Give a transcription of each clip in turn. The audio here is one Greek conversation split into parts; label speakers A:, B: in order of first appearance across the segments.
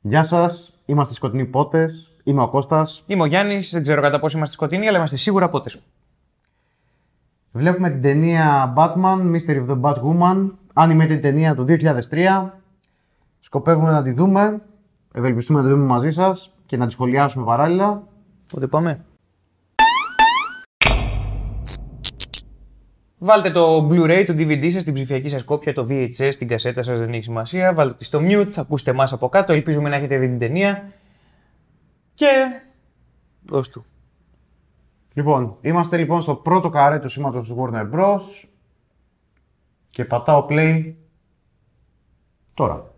A: Γεια σας, είμαστε οι Σκοτεινοί Πότες. Είμαι ο Κώστας.
B: Είμαι ο Γιάννης, δεν ξέρω κατά πόσο είμαστε σκοτεινοί, αλλά είμαστε σίγουρα πότες.
A: Βλέπουμε την ταινία Batman, Mystery of the Batwoman, animated ταινία του 2003. Σκοπεύουμε να τη δούμε, ευελπιστούμε να τη δούμε μαζί σας και να τη σχολιάσουμε παράλληλα.
B: Πότε πάμε. Βάλτε το Blu-ray, το DVD σας, την ψηφιακή σας κόπια, το VHS, την κασέτα σας, δεν έχει σημασία. Βάλτε τη στο mute, ακούστε μας από κάτω, ελπίζουμε να έχετε δει την ταινία. Και... Δώσ' του.
A: Λοιπόν, είμαστε λοιπόν στο πρώτο καρέ του σήματος του Warner Bros. Και πατάω play τώρα.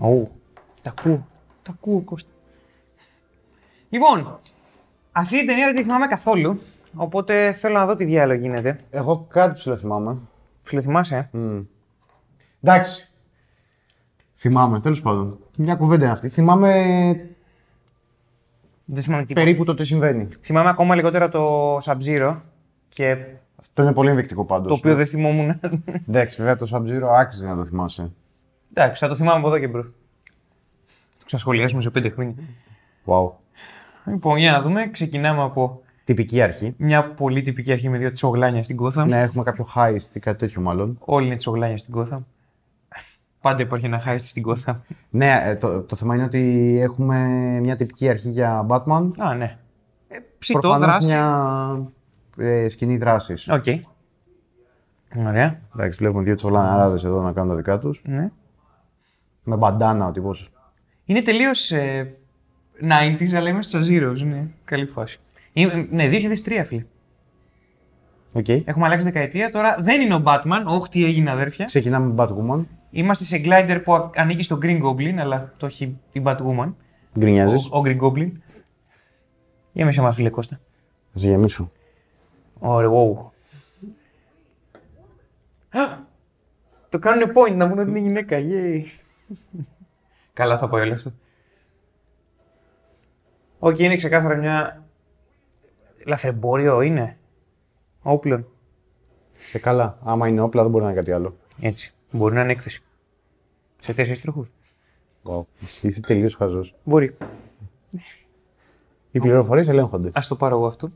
B: Ου. Τα ακούω. Τα ακούω, Κώστα. Λοιπόν, αυτή η ταινία δεν τη θυμάμαι καθόλου, οπότε θέλω να δω τι διάλογο γίνεται.
A: Εγώ κάτι ψηλό θυμάμαι.
B: Φιλοθυμάσαι, ε.
A: Εντάξει. Θυμάμαι, τέλος πάντων. Μια κουβέντα είναι αυτή. Θυμάμαι
B: Δεν θυμάμαι τίποτα.
A: περίπου το τι συμβαίνει.
B: Θυμάμαι ακόμα λιγότερα το Sub-Zero και
A: Αυτό είναι πολύ ενδεικτικό Ναι. πάντως.
B: το οποίο δεν θυμόμουν.
A: Εντάξει, βέβαια το Sub-Zero άξιζε να το θυμάσαι.
B: Εντάξει, θα το θυμάμαι από εδώ και μπρος. Το ξασχολιάσουμε σε πέντε χρόνια.
A: Wow.
B: Λοιπόν, για να δούμε. Ξεκινάμε από
A: Τυπική αρχή.
B: μια πολύ τυπική αρχή με δύο τσογλάνια στην κόθα.
A: Ναι, έχουμε κάποιο heist ή κάτι τέτοιο μάλλον.
B: Όλοι είναι τσογλάνια στην κόθα. Πάντα υπάρχει ένα χάιστη στην κόθα.
A: Ναι, ε, το, το θέμα είναι ότι έχουμε μια τυπική αρχή για Batman.
B: Α, ναι. Ε, ψητό,
A: Προφανώς
B: δράση.
A: μια ε, σκηνή δράσης.
B: Οκ. Ωραία.
A: Εντάξει, βλέπουμε δύο τσολαναράδε εδώ να κάνουν τα δικά τους.
B: Ναι.
A: Με μπαντάνα ο τύπος.
B: Είναι τελείως ε, 90s, αλλά είμαστε στα Zeros. Ναι, καλή φάση. Είναι- ναι, 2003, φίλε.
A: Οκ.
B: Έχουμε αλλάξει δεκαετία. Τώρα δεν είναι ο Batman. Όχι, τι έγινε, αδέρφια.
A: Ξεκινάμε με Batwoman.
B: Είμαστε σε Glider που α- ανήκει στο Green Goblin, αλλά το έχει η Batwoman.
A: Γκρινιάζεις.
B: Ο, ο Green Goblin. Για μέσα, μας φίλε Κώστα.
A: Θα σε γεμίσω.
B: Ωραία, wow. Α, Το κάνουν point να πούνε ότι είναι γυναίκα, yay. Καλά θα πάει όλο αυτό. Οκ, είναι ξεκάθαρα μια... Λαθρεμπόριο είναι. Όπλων.
A: Ε, καλά. Άμα είναι όπλα, δεν μπορεί να είναι κάτι άλλο.
B: Έτσι. Μπορεί να είναι έκθεση. Σε τέσσερις τροχούς.
A: Wow. Είσαι τελείως χαζός.
B: Μπορεί.
A: Οι πληροφορίες ελέγχονται.
B: Ας το πάρω εγώ αυτό.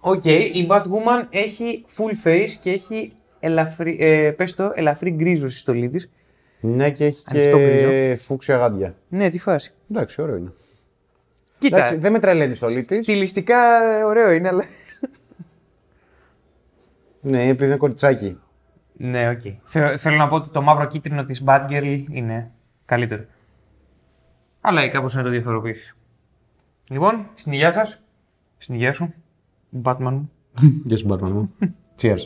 B: Οκ, η Batwoman έχει full face και έχει ελαφρύ, ε, πες το, ελαφρύ γκρίζο στη στολή της.
A: Ναι, και έχει
B: Ανοιχτό
A: και φούξια γάντια.
B: Ναι, τη φάση.
A: Εντάξει, ωραίο είναι.
B: Κοίτα,
A: Εντάξει, δεν με τρελαίνει στο λίτης.
B: στιλιστικά ε, ωραίο είναι, αλλά...
A: Ναι, επειδή είναι κοριτσάκι.
B: ναι, οκ. Θέλω, θέλω να πω ότι το μαύρο κίτρινο της Batgirl είναι καλύτερο. Αλλά ή κάπως να το διαφοροποιήσεις. Λοιπόν, στην υγεία σας. Στην υγεία σου. Batman μου.
A: Γεια σου, Batman μου. Cheers.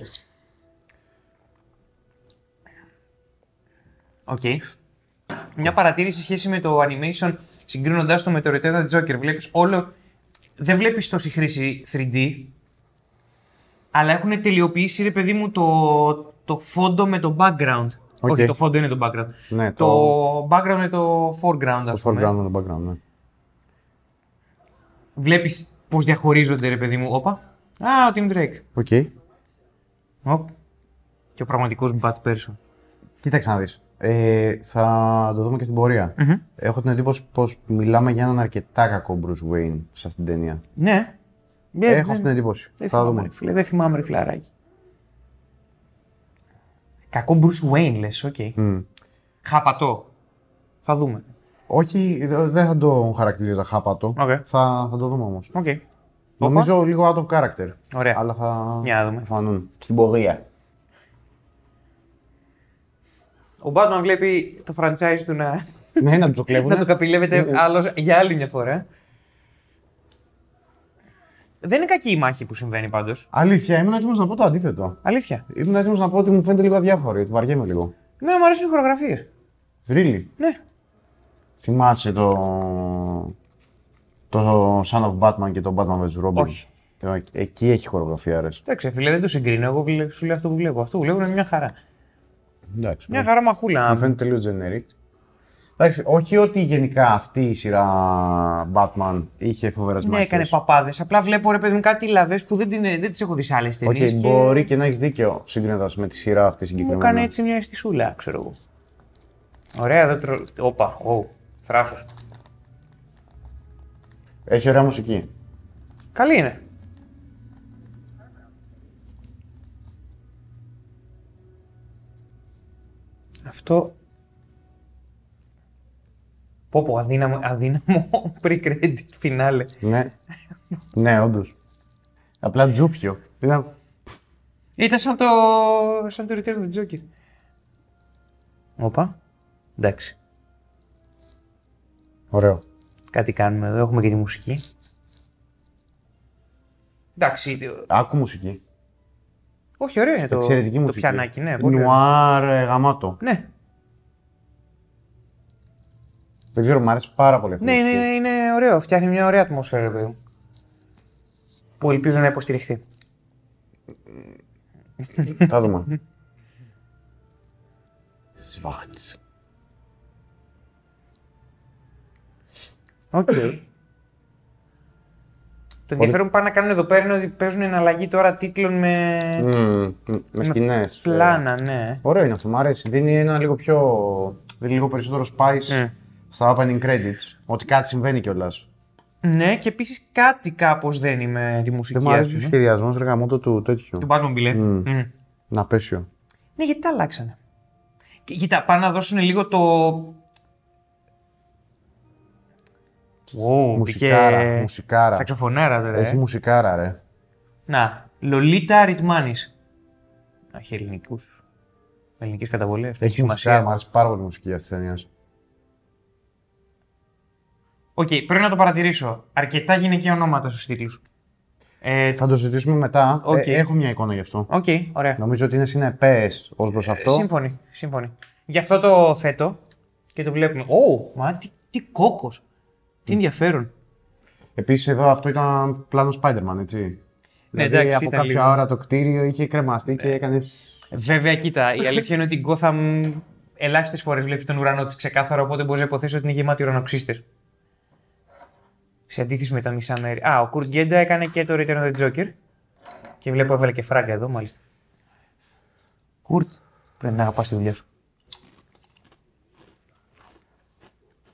B: Οκ. Μια παρατήρηση σε σχέση με το animation, συγκρίνοντα το με το Return of the Joker. Βλέπεις όλο. Δεν βλέπεις τόση χρήση 3D, αλλά έχουν τελειοποιήσει, ρε παιδί μου, το, το φόντο με το background.
A: Οκ.
B: Όχι, το φόντο είναι το background.
A: Ναι,
B: το... background με το foreground,
A: Το
B: ας πούμε.
A: foreground με το background, ναι.
B: Βλέπεις πώς διαχωρίζονται, ρε παιδί μου. Όπα. Α, ο Tim Drake.
A: Οκ.
B: Οπ. Και ο πραγματικός Bat Person.
A: Κοίταξε να δεις. Ε, θα το δούμε και στην πορεια Έχω την εντύπωση πως μιλάμε για έναν αρκετά κακό Bruce Wayne σε αυτήν την ταινία.
B: Ναι. Ε,
A: Έχω
B: δεν-
A: αυτή την εντύπωση.
B: Δεν
A: θα
B: θυμάμαι,
A: δούμε.
B: ρε φίλε, δεν θυμάμαι, ρε φιλαράκι. Κακό Bruce Wayne, λες, οκ.
A: Μμ.
B: Χαπατό. Θα δούμε.
A: Όχι, δε- δεν θα το χαρακτηρίζα χάπατο.
B: Οκ.
A: Θα, θα το δούμε όμως.
B: Οκ.
A: Νομίζω λίγο out of character.
B: Ωραία.
A: Αλλά θα
B: Για να δούμε.
A: φανούν. Στην πορεία.
B: Ο Batman βλέπει το franchise του να,
A: ναι, να του το κλέβουν.
B: να το
A: Ναι,
B: καπηλεύεται άλλος για άλλη μια φορά. Δεν είναι κακή η μάχη που συμβαίνει πάντως.
A: Αλήθεια, ήμουν έτοιμος να πω το αντίθετο.
B: Αλήθεια.
A: Ήμουν έτοιμος να πω ότι μου φαίνεται λίγο αδιάφορη, ότι βαριέμαι λίγο.
B: Εμένα μου αρέσουν οι χορογραφίες.
A: Really.
B: Ναι.
A: Θυμάσαι το. το Son of Batman και το Batman vs. Robin.
B: Όχι.
A: Ε, Εκεί έχει χορογραφία, ρε.
B: Εντάξει, φίλε, δεν το συγκρίνω. Εγώ βλέ- σου λέω αυτό που βλέπω. Αυτό που βλέπω είναι μια χαρά.
A: Εντάξει.
B: Μια
A: Μια...
B: χαρά μαχούλα.
A: Μου Ναι. φαίνεται τελείω generic. Εντάξει, όχι ότι γενικά αυτή η σειρά Batman είχε φοβερέ
B: Ναι, έκανε παπάδες. Απλά βλέπω ρε παιδί μου κάτι λαβέ που δεν, την, δεν τις έχω δει σε άλλες ταινίε.
A: okay, μπορεί και να έχεις δίκιο συγκρίνοντα με τη σειρά αυτή
B: Μου
A: συγκεκριμένα.
B: έκανε έτσι μια αισθησούλα, ξέρω εγώ. Ωραία, εδώ τρο... Όπα, ου, θράσος.
A: Έχει ωραία μουσική.
B: Καλή είναι. Αυτό... Πω πω, αδύναμο, αδύναμο pre-credit finale.
A: Ναι. ναι, όντως. Απλά τζούφιο. Ήταν-
B: Ήταν σαν το, σαν το Return of the Joker. Όπα. Εντάξει.
A: Ωραίο.
B: Κάτι κάνουμε εδώ, έχουμε και τη μουσική. Εντάξει, ε,
A: Άκου μουσική.
B: όχι ωραίο είναι το,
A: Εξαιρετική
B: το
A: μουσική.
B: πιανάκι, ναι. πολύ ωραίο.
A: Νουάρ ε, γαμάτο.
B: Ναι,
A: Δεν ξέρω, μου αρέσει πάρα πολύ αυτή η
B: ναι, ναι,
A: μουσική.
B: ναι, είναι ωραίο. Φτιάχνει μια ωραία ατμόσφαιρα, ρε παιδί μου. Που ελπίζω να υποστηριχθεί. ναι.
A: Θα δούμε. Σβάχτς.
B: Οκ. το ενδιαφέρον που πάνε να κάνουν εδώ πέρα είναι ότι παίζουν εναλλαγή τώρα τίτλων με,
A: Ναι. Μμμ, Με σκηνές.
B: πλάνα, ναι.
A: Ωραίο είναι αυτό, μου αρέσει. Δίνει ένα λίγο πιο. Δίνει λίγο περισσότερο spice
B: Mm.
A: στα opening credits. Ότι κάτι συμβαίνει κιόλας.
B: Ναι, και επίσης κάτι κάπως δεν είμαι με τη μουσική.
A: Δεν μου αρέσει ο
B: ας πούμε.
A: σχεδιασμός ρεγαμότο του
B: Του
A: τέτοιου.
B: Batmobile. ε. Μμ.
A: Mm. Να πέσιο.
B: Ναι, γιατί τα αλλάξανε. Και- Κοίτα, πάνε να δώσουν λίγο το. Wow,
A: Μουσικάρα.
B: μπήκε
A: Μουσικάρα.
B: Σαξοφωνάρα τώρα.
A: Έχει
B: Ε.
A: μουσικάρα, ρε.
B: Να, Λολίτα Ριτμάνης. Να έχει ελληνικούς. Ελληνικές καταβολές.
A: Έχει μουσικάρα, μου αρέσει πάρα πολύ η μουσική αυτής της ταινίας.
B: Οκ, πρέπει να το παρατηρήσω. Αρκετά γυναικεία ονόματα στους τίτλους. Ε,
A: Θα το συζητήσουμε μετά.
B: Οκ.
A: Ε, έχω μια εικόνα γι' αυτό.
B: Οκ, ωραία.
A: Νομίζω ότι είναι συνεπές ως
B: Ε,
A: προ αυτό.
B: Σύμφωνοι, σύμφωνοι. Γι' αυτό το θέτω και το βλέπουμε. Ω, μα τι, τι κόκο. Τι ενδιαφέρον.
A: Επίσης, εδώ αυτό ήταν πλάνο Spider-Man, έτσι.
B: Ναι,
A: δηλαδή,
B: εντάξει,
A: από
B: ήταν
A: κάποια
B: λίγο. Ναι.
A: ώρα το κτίριο είχε κρεμαστεί και έκανε.
B: Βέβαια, κοίτα, η αλήθεια είναι ότι η Gotham ελάχιστες φορές βλέπεις τον ουρανό της ξεκάθαρα, οπότε μπορείς να υποθέσεις ότι είναι γεμάτη ουρανοξύστες. Σε αντίθεση με τα μισά μέρη. Α, ο Κουργκέντα έκανε και το Return of the Joker. Και βλέπω έβαλε και φράγκα εδώ, μάλιστα. Κουρτ, πρέπει να αγαπάς τη δουλειά σου.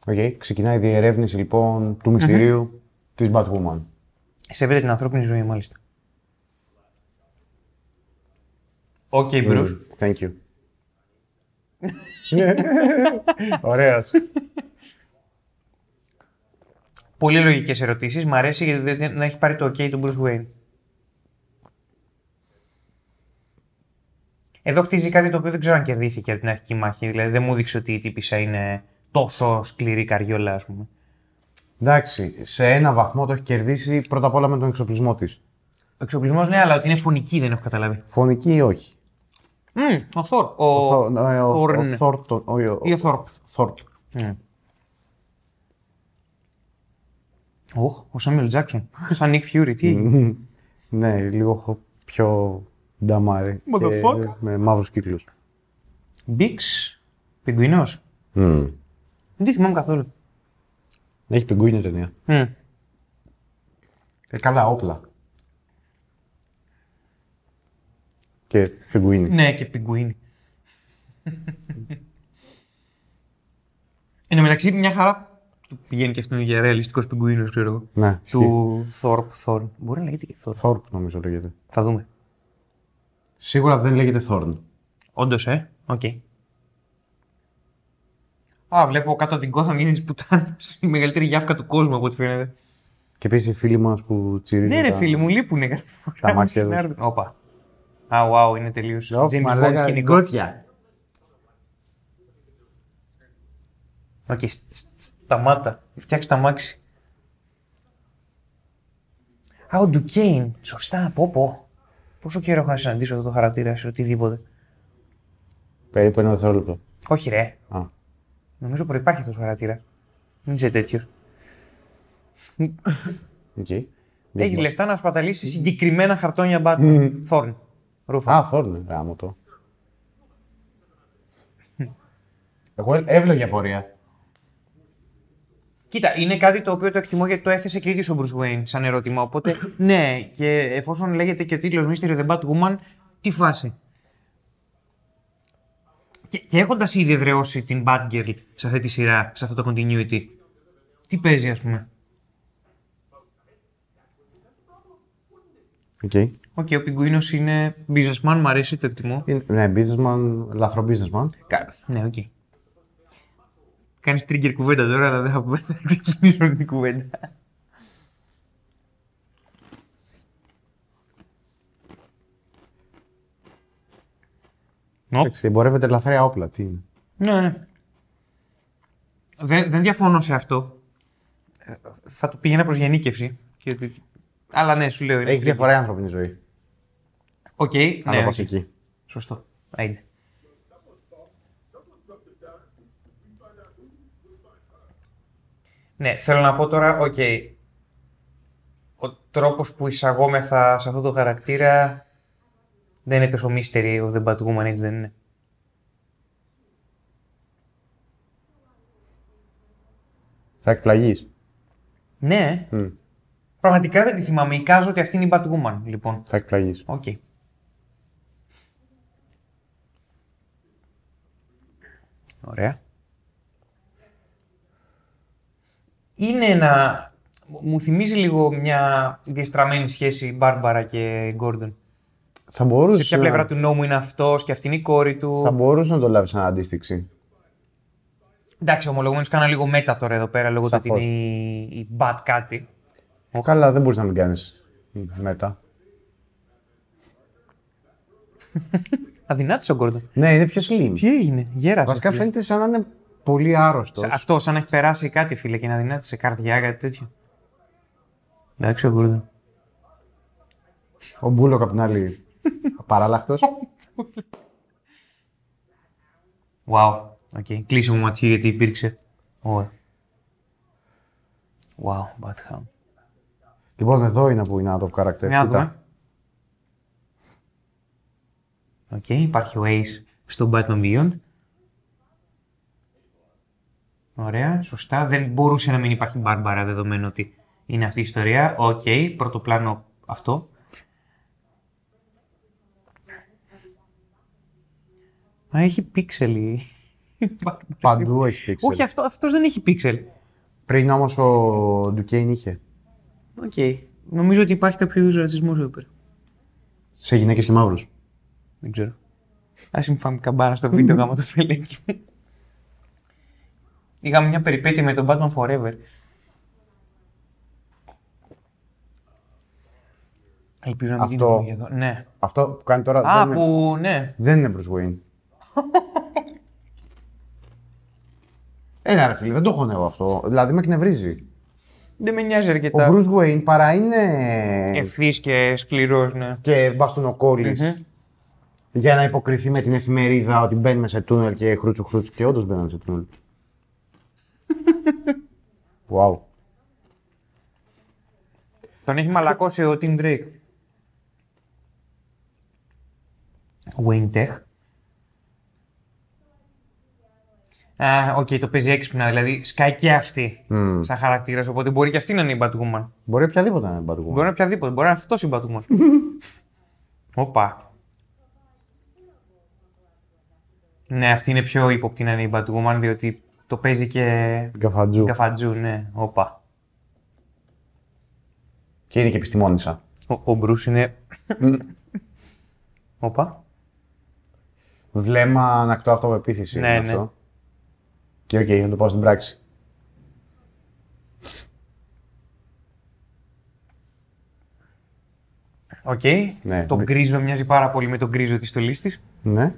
A: Οκ, Ξεκινάει η διερεύνηση λοιπόν του μυστηρίου της Batwoman.
B: Σέβεται την ανθρώπινη ζωή, μάλιστα. Οκ, okay, Bruce.
A: Mm, Thank you. Ωραία.
B: Πολύ λογικές ερωτήσεις. Μ' αρέσει γιατί δεν- δεν- να έχει πάρει το OK του Bruce Wayne. Εδώ χτίζει κάτι το οποίο δεν ξέρω αν κερδίθηκε από την αρχική μάχη. Δηλαδή δεν μου δείξε ότι η τύπησα είναι τόσο σκληρή καριόλα, ας πούμε.
A: Εντάξει, σε ένα βαθμό το έχει κερδίσει πρώτα απ' όλα με τον εξοπλισμό της.
B: Ο εξοπλισμός ναι, αλλά ότι είναι φωνική δεν έχω καταλάβει.
A: Φωνική ή όχι.
B: Μμμ, ο Θόρ. Ο,
A: Θο- ε, ο- ο
B: Θόρν.
A: Θόρτον- ο- ο-
B: Ή ο Θόρπ.
A: Θόρτ.
B: Οχ, ο Σάμιουελ Τζάξον. Σαν Νικ Φιούρι, τι έγινε.
A: Ναι, λίγο χο- πιο νταμάρι. και
B: Motherfucker.
A: Με μαύρους κύκλους.
B: Μπίξ, πιγκουινός. Δεν τη θυμάμαι καθόλου.
A: Έχει πιγκούνια ταινία.
B: Μμμ.
A: Ε, καλά, όπλα. Και πιγκουίνι.
B: Ναι, και πιγκουίνι. Εν τω μεταξύ, μια χαρά του πηγαίνει και αυτόν για ρεαλιστικός πιγκουίνος, ξέρω εγώ.
A: Ναι, ισχύει.
B: Του Θόρπ Θόρν. Μπορεί να λέγεται και Θόρπ.
A: Θόρπ νομίζω λέγεται.
B: Θα δούμε.
A: Σίγουρα δεν λέγεται Θόρν.
B: Όντως, ε. Οκ. Α, βλέπω κάτω από την κόθα μια τη πουτάνα. Η μεγαλύτερη γιάφκα του κόσμου από ό,τι φαίνεται.
A: Και επίσης οι φίλοι μας που τσιρίζουν.
B: Ναι, ρε
A: τα-
B: φίλοι μου, λείπουνε κάθε φορά.
A: τα μάτια
B: που
A: τους.
B: συνάρτουν. Όπα. Α, wow, είναι τελείως.
A: Ω,
B: James Bond
A: μαλάκα,
B: σκηνικό.
A: γκότια.
B: Οκ, σ- σ- σταμάτα. Φτιάξε τα μάξι. Α, ο Ντουκέιν. Σωστά, πω πω. Πόσο καιρό έχω να συναντήσω αυτό το χαρακτήρα σε οτιδήποτε.
A: Περίπου ένα δευτερόλεπτο.
B: Όχι, ρε.
A: Α.
B: Νομίζω προπάρχει αυτός ο χαρακτήρας. Μην είσαι τέτοιος.
A: Οκ.
B: Έχεις λεφτά να σπαταλήσεις συγκεκριμένα χαρτόνια Batman. Θόρν. Ρούφα.
A: Α, Θόρν, γάμο το. Εγώ έβλεγε απορία.
B: Κοίτα, είναι κάτι το οποίο το εκτιμώ γιατί το έθεσε και ίδιος ο Bruce Wayne σαν ερώτημα. Οπότε, ναι, και εφόσον λέγεται και ο τίτλος Mystery of the Batwoman, τι φάση. Και, και έχοντας ήδη εδραιώσει την Batgirl σε αυτή τη σειρά, σε αυτό το continuity, τι παίζει, ας πούμε.
A: Okay.
B: Οκ, ο Πιγκουίνος είναι businessman, μου αρέσει, το εκτιμώ.
A: Είναι, ναι, businessman, λαθρό businessman.
B: Ναι, οκ. Κάνεις trigger κουβέντα τώρα, αλλά δεν θα πούμε- δεν θα ξεκινήσουμε την κουβέντα. Οπ.
A: Εντάξει, εμπορεύεται λαθρέα όπλα. Τι είναι.
B: Ναι, ναι. Δεν, δεν διαφωνώ σε αυτό. Ε, Θα το πήγαινα προς γενίκευση. Και... ότι- Αλλά ναι, σου λέω. είναι
A: Έχει
B: trigger.
A: διαφορά η ανθρώπινη ζωή.
B: Ναι, Οκ,
A: Αλλά
B: ναι,
A: πας
B: οκ.
A: εκεί.
B: Σωστό. Άιντε. Ναι, θέλω να πω τώρα, οκ, ο τρόπος που εισαγόμεθα σε αυτό το χαρακτήρα δεν είναι τόσο mystery of the Batwoman, έτσι δεν είναι.
A: Θα εκπλαγείς.
B: Ναι, πραγματικά δεν τη θυμάμαι. Εικάζω ότι αυτή είναι η Batwoman, λοιπόν.
A: Θα εκπλαγείς.
B: Οκ. Ωραία. Είναι ένα... Μου θυμίζει λίγο μια διεστραμμένη σχέση Μπάρμπαρα και Γκόρντον.
A: Θα μπορούσε.
B: Σε ποια πλευρά του νόμου είναι αυτός και αυτή είναι η κόρη του.
A: Θα μπορούσε να το λάβεις σαν αντίστοιξη.
B: Εντάξει, ομολογουμένως κάνα λίγο μέτα τώρα εδώ πέρα λόγω του ότι
A: Σαφώς.
B: είναι η, η Bat κάτι.
A: Καλά, δεν μπορείς να μην κάνεις μετά.
B: Αδυνάτησε ο Γκόρντον.
A: Ναι, είναι πιο slim.
B: Τι έγινε, γέρασε.
A: Βασικά
B: φίλε.
A: φαίνεται σαν να είναι πολύ άρρωστος.
B: Σα- Αυτό, σαν να έχει περάσει κάτι, φίλε, και να δυνάτησε καρδιά, κάτι τέτοιο. Εντάξει, ο Γκούρντον.
A: Ο Μπούλοκ απ' την άλλη. Απαράλλαχτος.
B: Wow. Okay. Κλείσιμο ματιού γιατί υπήρξε. Ωραία. Wow, Batham.
A: λοιπόν, εδώ είναι που είναι out of character. Ε,
B: Μια Ναι, να
A: Κοίτα.
B: δούμε. Οκ, υπάρχει ο Ace στο Batman Beyond. Ωραία, σωστά. Δεν μπορούσε να μην υπάρχει Μπάρμπαρα δεδομένου ότι είναι αυτή η ιστορία. Οκ, πρώτο πλάνο αυτό. Μα έχει πίξελ
A: Παντού έχει πίξελ.
B: Όχι, αυτό, αυτός δεν έχει πίξελ.
A: Πριν όμως ο Ντουκέιν είχε.
B: Οκ. Νομίζω ότι υπάρχει κάποιο είδους ρατσισμός εδώ πέρα.
A: Σε γυναίκες και μαύρους.
B: Δεν ξέρω. Ας μην φάμε καμπάνα στο βίντεο γάμα το φελέκι. Είχαμε μια περιπέτεια με τον Batman Forever. Ελπίζω να μην
A: Αυτό.
B: γίνει εδώ. Ναι.
A: Αυτό που κάνει τώρα
B: Α,
A: δεν, είναι,
B: που ναι.
A: δεν είναι Bruce Wayne. Έλα ρε φίλε, δεν το χωνεύω αυτό. Δηλαδή με εκνευρίζει.
B: Δεν με νοιάζει
A: Ο
B: αρκετά.
A: Bruce Wayne παρά είναι
B: Ευφύ και σκληρός, ναι.
A: και μπαστουνοκόλλης
B: Ε, Μμμ.
A: για να υποκριθεί με την εφημερίδα ότι μπαίνουμε σε τούνελ και χρούτσου χρούτσου και όντως μπαίνουμε σε τούνελ. wow.
B: Τον έχει μαλακώσει ο Tim Drake. Wayne Tech. Α, οκ, το παίζει έξυπνα, δηλαδή σκάει και αυτή σαν χαρακτήρας. Οπότε μπορεί και αυτή να είναι η Batwoman.
A: Μπορεί οποιαδήποτε να είναι Batwoman.
B: Μπορεί να είναι οποιαδήποτε, μπορεί να είναι αυτός η Batwoman. Όπα. Ναι, αυτή είναι πιο ύποπτη να είναι η Batwoman, διότι το παίζει και
A: Καφατζού.
B: καφατζού, ναι. Όπα.
A: Και είναι και επιστημόνισσα.
B: Ο, ο Μπρούς είναι... Όπα.
A: Βλέμμα ανακτό αυτοπεποίθηση
B: Ναι,
A: είναι
B: ναι.
A: αυτό. Και οκ, θα το πάω στην πράξη.
B: Οκ.
A: Ναι.
B: Το γκρίζο μοιάζει πάρα πολύ με τον γκρίζο της στολής της.
A: Ναι.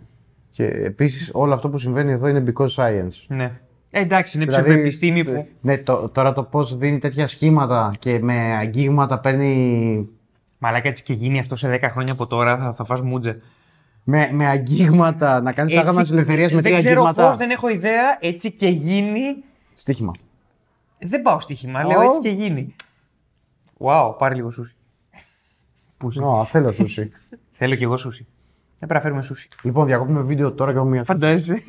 A: Και επίσης όλο αυτό που συμβαίνει εδώ είναι because science.
B: Ναι. Ε, εντάξει, είναι
A: Δηλαδή,
B: ψευδοεπιστήμη που.
A: Ναι, το, τώρα το πώς δίνει τέτοια σχήματα και με αγγίγματα παίρνει.
B: Μαλάκα έτσι και γίνει αυτό σε 10 χρόνια από τώρα, θα, θα φας μουτζε.
A: Με, με αγγίγματα να κάνεις τα γάμα τη ελευθερία με
B: δεν
A: τρία
B: ξέρω
A: αγγίγματα.
B: πώς, δεν έχω ιδέα. Έτσι και γίνει.
A: Στοίχημα.
B: Δεν πάω στοίχημα, λέω
A: Ω.
B: έτσι και γίνει. Wow, πάρε λίγο σούσι. Πού είσαι.
A: Ω, θέλω σούσι.
B: Θέλω κι εγώ σούσι. Δεν πρέπει να φέρουμε σούσι.
A: λοιπόν, διακόπτουμε βίντεο τώρα και έχουμε μια.
B: Φαντάζεσαι.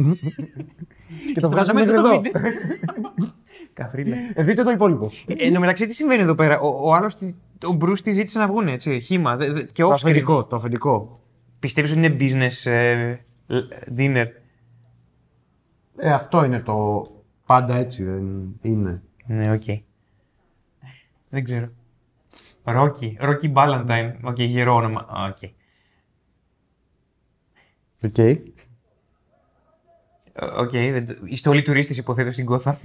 A: και το βγάζουμε μέχρι
B: Σταματάμε
A: εδώ.
B: το βίντεο. Καφρίλα.
A: Ε, Δείτε το υπόλοιπο.
B: Ε, Εν τω μεταξύ, τι συμβαίνει εδώ πέρα. Ο, ο άλλος, ο Μπρούς τη ζήτησε να βγουν, έτσι. Χήμα. δε- δε- και
A: το
B: off screen.
A: αφεντικό. Το αφεντικό.
B: Πιστεύεις ότι είναι business ε, dinner.
A: Ε, αυτό είναι το. Πάντα έτσι δεν είναι.
B: Ναι, οκ. Δεν ξέρω. Ρόκι. Ρόκι Μπάλαντάιν. Οκ, γερό όνομα. Α, Οκ.
A: Οκ.
B: Ε, Οκ. δεν το- Η στολή του Ρίστης υποθέτω στην Κόθα.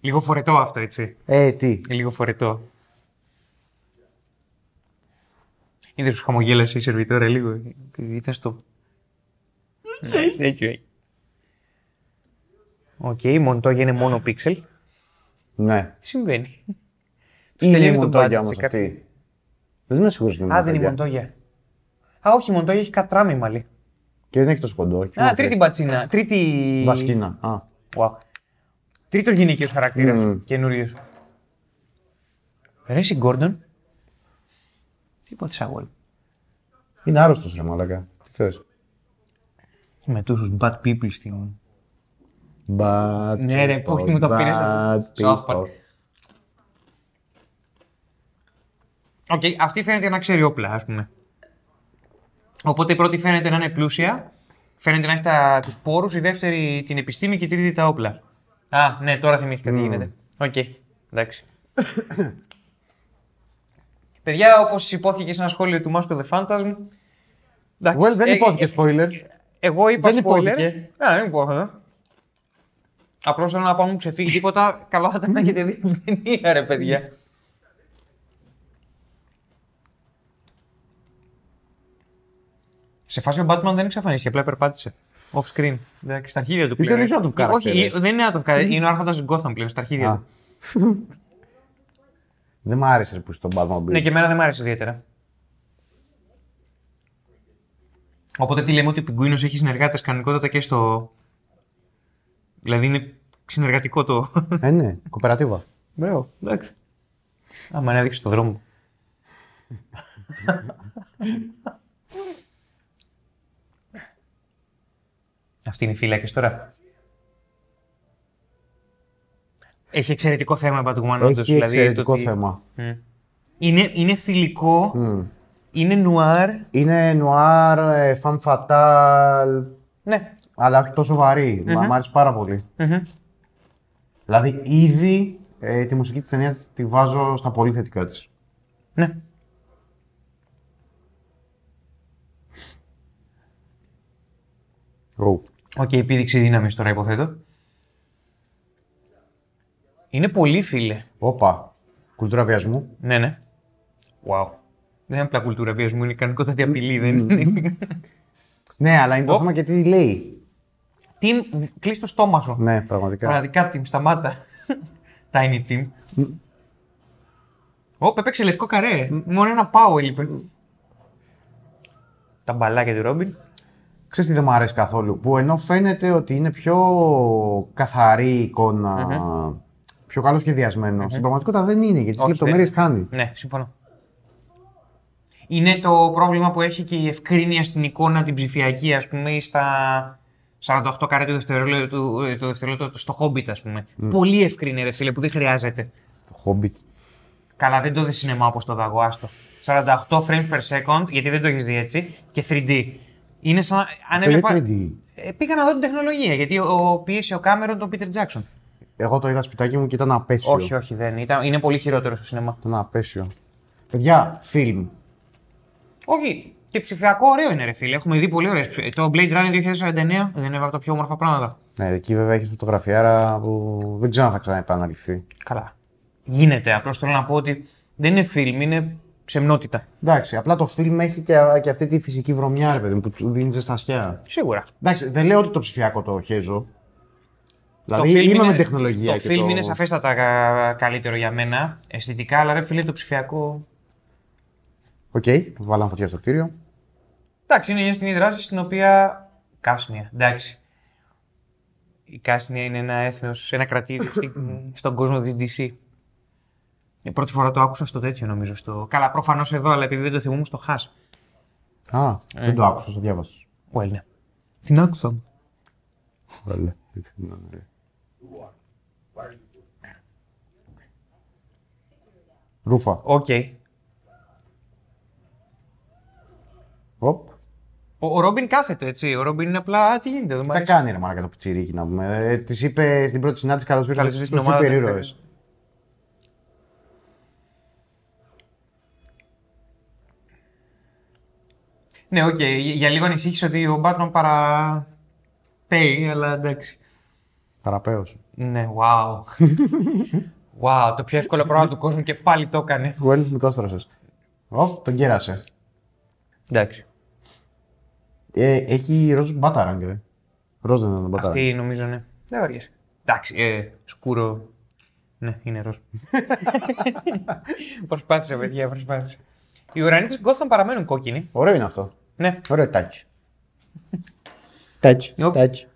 B: Λίγο φορετό αυτό, έτσι.
A: Ε, τι.
B: Λίγο φορετό. Είδες που χαμογέλασε η σερβιτόρα λίγο. Ήταν στο... Έτσι, Οκ, η Μοντόγια είναι μόνο πίξελ.
A: Ναι.
B: Τι συμβαίνει. Τους
A: Είναι η
B: τελειώνει το
A: μοντόγια
B: budget
A: όμως
B: σε κάποιο.
A: αυτή. Δεν είμαι σίγουρος είναι η
B: Α, δεν είναι η
A: Μοντόγια.
B: Μοντόγια. Α, όχι, η Μοντόγια έχει κατράμι μαλλί.
A: Και δεν έχει τόσο κοντό. έχει
B: Α,
A: μόνο
B: τρίτη
A: τρία.
B: μπατσίνα. Τρίτη.
A: Βασκίνα. Α.
B: Wow. Τρίτος γυναικείος χαρακτήρας.
A: Μμμ.
B: Mm. Καινούριος. Ρέση Γκόρντον. Τι υπόθεσα εγώ.
A: Είναι άρρωστος ρε μαλακά. Τι θες.
B: Με τόσους bad people στην.
A: But
B: Ναι, ρε,
A: people,
B: όχι, τι μου τα πήρες,
A: bad
B: αυτό. South Park.
A: people.
B: Οκ, αυτή φαίνεται να ξέρει όπλα, ας πούμε. Οπότε η πρώτη φαίνεται να είναι πλούσια. Φαίνεται να έχει τα, τους πόρους, η δεύτερη την επιστήμη και η τρίτη τα όπλα. Α, ναι, τώρα θυμήθηκα τι γίνεται. Οκ, εντάξει. Παιδιά, όπως υπόθηκε και σε ένα σχόλιο του Mask of the Phantasm... εντάξει,
A: Well, δεν
B: ε,
A: υπόθηκε
B: ε,
A: spoiler.
B: εγώ είπα
A: Δεν
B: spoiler.
A: υπόθηκε.
B: Ναι, δεν υπόθηκε. Απλώς θέλω να πάω μου ξεφύγει τίποτα. Καλά θα ήταν να έχετε δει την ταινία, ρε παιδιά. Σε φάση ο Batman δεν εξαφανίστηκε, απλά περπάτησε. Off screen. Εντάξει, στα αρχίδια του πλέον.
A: Ήταν ίσο out of character,
B: Όχι,
A: ε.
B: δεν είναι out of character. Είναι ο Άρχοντας Gotham πλέον, στα αρχίδια
A: Α.
B: του.
A: Δεν μ' άρεσε ρε, που είσαι στον Batmobile.
B: Ναι, και εμένα δεν μου άρεσε ιδιαίτερα. Οπότε τι λέμε ότι ο Πιγκουίνος έχει συνεργάτες κανονικότατα και στο. Δηλαδή είναι συνεργατικό το.
A: Ε, ναι, κοπερατίβα.
B: Μπράβο, εντάξει. Άμα να δείξει το δρόμο. Αυτή είναι η φύλακε τώρα. Έχει εξαιρετικό θέμα η Batwoman, όντως,
A: Έχει
B: δηλαδή, το
A: εξαιρετικό
B: ότι-
A: θέμα.
B: Είναι, είναι θηλυκό, είναι νουάρ.
A: Είναι νουάρ, ε, fan fatal,
B: Ναι.
A: αλλά όχι τόσο βαρύ. Μα- Μ' άρεσε πάρα πολύ.
B: Μμμ.
A: Δηλαδή, ήδη ε, τη μουσική της ταινίας τη βάζω στα πολύ θετικά της.
B: Ναι.
A: Ου.
B: Οκ, επίδειξη δύναμης τώρα υποθέτω. Είναι πολύ φίλε.
A: Όπα. Κουλτούρα βιασμού.
B: Ναι, ναι. Wow. Δεν είναι απλά κουλτούρα βιασμού, είναι κανονικότατη απειλή, δεν είναι.
A: Ναι, αλλά είναι το
B: Οπ.
A: θέμα και τι λέει.
B: Team, κλείσει το στόμα σου.
A: Ναι, πραγματικά.
B: Πραγματικά, team, σταμάτα. Tiny team. Ωπ, έπαιξε λευκό καρέ. Μόνο ένα πάω έλειπε. Τα μπαλάκια του Ρόμπιν.
A: Ξέρεις τι δεν μου αρέσει καθόλου. Που ενώ φαίνεται ότι είναι πιο καθαρή η εικόνα, πιο καλό σχεδιασμένο, στην πραγματικότητα δεν είναι γιατί τις
B: Όχι,
A: λεπτομέρειες χάνει.
B: Ναι, συμφωνώ. Είναι το πρόβλημα που έχει και η ευκρίνεια στην εικόνα την ψηφιακή, ας πούμε, ή στα 48 καρέ του δευτερόλεπτου, ε, το δευτερόλεπτο στο Hobbit, ας πούμε. Πολύ ευκρίνεια, ρε φίλε, που δεν χρειάζεται.
A: Στο Hobbit.
B: Καλά, δεν το δεις σινεμά όπως το δαγώ, άστο. 48 frames per second, γιατί δεν το έχεις δει έτσι, και 3D. Είναι σαν να- αν
A: Το είναι
B: έβλεπα...
A: 3D.
B: Ε, Πήγα να δω την τεχνολογία, γιατί ο, πίεσε ο Κάμερον τον Peter Jackson.
A: Εγώ το είδα σπιτάκι μου και ήταν απέσιο.
B: Όχι, όχι, δεν. Ήταν, είναι πολύ χειρότερο στο σινεμά.
A: Ήταν απέσιο. Παιδιά, φιλμ.
B: Όχι. Και ψηφιακό ωραίο είναι, ρε φίλε. Έχουμε δει πολύ ωραίες. Το Blade Runner 2049 δεν είναι από τα πιο όμορφα πράγματα.
A: Ναι, εκεί βέβαια έχεις φωτογραφιάρα που δεν ξέρω αν θα ξαναεπαναληφθεί.
B: Καλά. Γίνεται. Απλώς θέλω να πω ότι δεν είναι φιλμ, είναι ψεμνότητα.
A: Εντάξει, απλά το φιλμ έχει και, και αυτή τη φυσική βρωμιά, ρε παιδί μου, που του δίνεις ζεστασιά.
B: Σίγουρα.
A: Εντάξει, δεν λέω ότι το ψηφιακό το χέζω. Δηλαδή
B: φιλμ
A: είμαι
B: είναι-
A: με τεχνολογία
B: Το
A: και
B: φιλμ
A: το...
B: είναι σαφέστατα κα- καλύτερο για μένα αισθητικά, αλλά ρε φίλε το ψηφιακό.
A: Οκ, βάλαμε φωτιά στο κτίριο.
B: Εντάξει, είναι μια σκηνή δράσης στην οποία. Κάσνια. Εντάξει. Η Κάσνια είναι ένα έθνος, ένα κρατήδι στην- στον κόσμο της DC. Ε, Πρώτη φορά το άκουσα στο τέτοιο νομίζω. Στο... Καλά, προφανώς εδώ, αλλά επειδή δεν το θυμόμουν στο Χάσ.
A: Α,
B: Ε.
A: δεν το άκουσα, το διάβασα.
B: Well, ναι. Την άκουσα. μου.
A: Ωραία. Ναι, ναι. Ρούφα.
B: Οκ.
A: Οπ.
B: Ο, ο Ρόμπιν κάθεται έτσι. Ο Ρόμπιν είναι απλά. «Α, Τι γίνεται, δεν μ'
A: Θα
B: αρέσει».
A: κάνει ρε μάρακα το πιτσιρίκι να πούμε. Ε, της είπε στην πρώτη συνάντηση καλώς ήρθατε
B: Καλώς
A: στου
B: ήρθες στην ομάδα, ναι.
A: σούπερ
B: δεν
A: ήρωε.
B: πρέπει. Ναι, οκ. Για για λίγο ανησύχησε ότι ο Batman παρα. Πέει, αλλά εντάξει.
A: Παραπέως.
B: Ναι, wow. wow, το πιο εύκολο πράγμα του κόσμου και πάλι το έκανε.
A: Well, μου το έστρωσε. Οπ, τον κέρασε.
B: Εντάξει.
A: Ε, έχει ροζ μπαταράγκ, ρε. Ροζ δεν ήταν το μπαταράγκ.
B: Αυτή νομίζω ναι. Δεν βαριέσαι. Εντάξει, ε, σκούρο. Ναι, είναι ροζ. προσπάθησε, παιδιά, προσπάθησε. Οι ουρανοί της Gotham παραμένουν κόκκινοι.
A: Ωραίο είναι αυτό.
B: Ναι.
A: Ωραίο touch. touch.
B: Οπ.
A: Touch.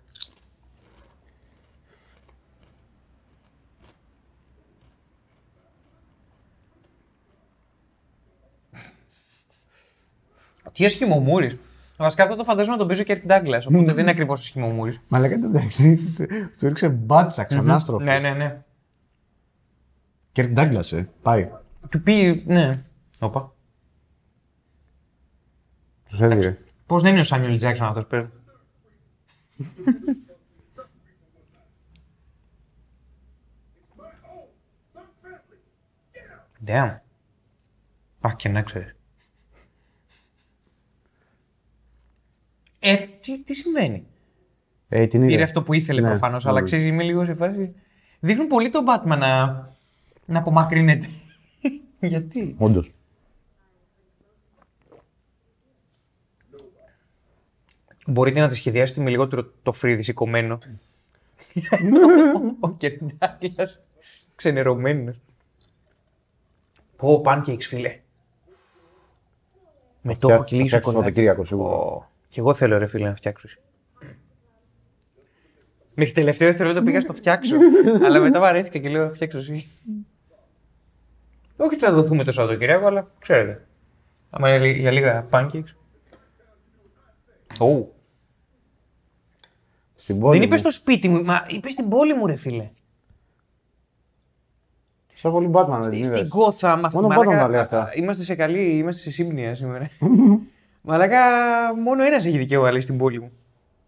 B: Τι ασχημομούρη. Βασικά αυτό το φαντάζομαι να τον παίζει ο Κέρκ Ντάγκλας. Οπότε δεν είναι ακριβώς ασχημομούρη.
A: Μα λέγατε εντάξει, του έριξε μπάτσα ξανά στροφή.
B: Ναι, ναι, ναι.
A: Κέρκ Ντάγκλας, ε. Πάει.
B: Του πει. Ναι. Όπα.
A: Τους έδιρε.
B: Πώς δεν είναι ο Σάμιουελ Τζάξον αυτό παίζει. Damn. Αχ, και να ξέρεις. Ε, τι, τι συμβαίνει.
A: Ε, την είδε.
B: Πήρε αυτό που ήθελε
A: Ναι,
B: ναι, προφανώς, αλλά
A: ναι.
B: ξέρεις, είμαι λίγο σε φάση. Δείχνουν πολύ τον Batman να, να απομακρύνεται. Γιατί.
A: Όντως.
B: Μπορείτε να τη σχεδιάσετε με λιγότερο το φρύδι σηκωμένο. Ο Κερντάκλα. Ξενερωμένος. Πω, pancakes, φίλε. Με το έχω κυλήσει
A: το Σαββατοκύριακο σίγουρα.
B: Κι εγώ θέλω, ρε φίλε, να φτιάξω. Μέχρι τελευταίο δευτερόλεπτο πήγα στο φτιάξω. αλλά μετά βαρέθηκα και λέω φτιάξω εσύ. Όχι ότι θα δοθούμε το Σαββατοκύριακο, αλλά ξέρετε. Άμα είναι για λίγα pancakes. Ου.
A: Στην πόλη. ναι.
B: Δεν είπε
A: μου.
B: στο σπίτι μου, μα είπες στην πόλη μου, ρε φίλε.
A: Σαν πολύ Batman, δεν την
B: Στη-
A: είδες.
B: Στην Κόθα, μα
A: Μόνο
B: μαλάκα,
A: Batman τα λέει αυτά.
B: α, Είμαστε σε καλή, είμαστε σε σύμπνοια σήμερα. μαλάκα, μόνο ένας έχει δικαίωμα λέει στην πόλη μου.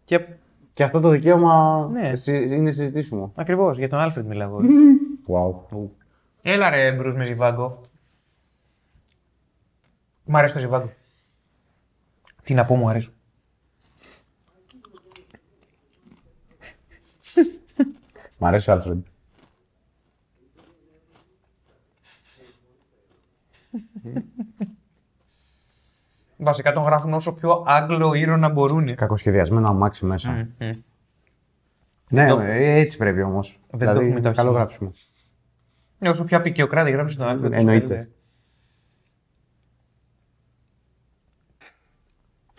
B: Και
A: Και αυτό το δικαίωμα
B: Ναι.
A: συ- είναι συζητήσιμο.
B: ακριβώς, για τον Άλφρεντ μιλάω. εγώ.
A: Wow.
B: Έλα ρε, Μπρουζ με ζιβάγκο. Μ' αρέσει το ζιβάγκο. Τι να πω, μου αρέσουν.
A: Μ' αρέσει ο Άλφρεντ.
B: Βασικά τον γράφουν όσο πιο Άγγλο ήρωα μπορούν.
A: Κακοσχεδιασμένο αμάξι μέσα. Ναι,
B: Δεν το-
A: ε, έτσι πρέπει όμως.
B: Δεν το έχουμε το
A: καλό
B: όχημα.
A: γράψιμο.
B: Ναι, όσο πιο απεικιοκράτη γράψει τον Άλφρεντ. όσο
A: Εννοείται.
B: καλύτερα. ε.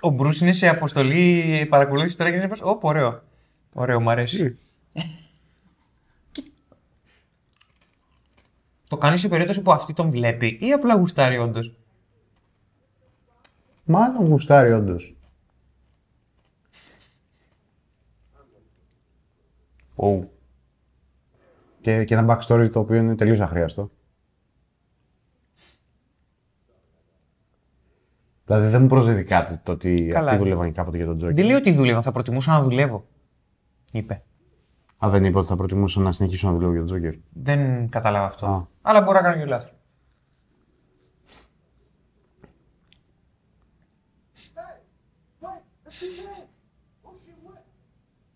B: Ο Μπρούς είναι σε αποστολή παρακολούθησης τώρα και είναι σε φάση, Ωπ, ωραίο. Ωραίο, μου αρέσει. το κάνει σε περίπτωση που αυτή τον βλέπει ή απλά γουστάρει όντως.
A: Μάλλον γουστάρει, όντως. Oh. Και, και ένα backstory το οποίο είναι τελείως αχρίαστο. Δηλαδή δεν μου προσδίδει κάτι το ότι
B: Καλά.
A: αυτοί δούλευαν κάποτε για τον Τζόκερ.
B: Δεν λέει ότι δούλευα, θα προτιμούσα να δουλεύω. Είπε.
A: Α, δεν είπα ότι θα προτιμούσα να συνεχίσω να δουλεύω για τον Τζόκερ.
B: Δεν κατάλαβα αυτό.
A: Α.
B: Αλλά μπορώ να κάνω και λάθος.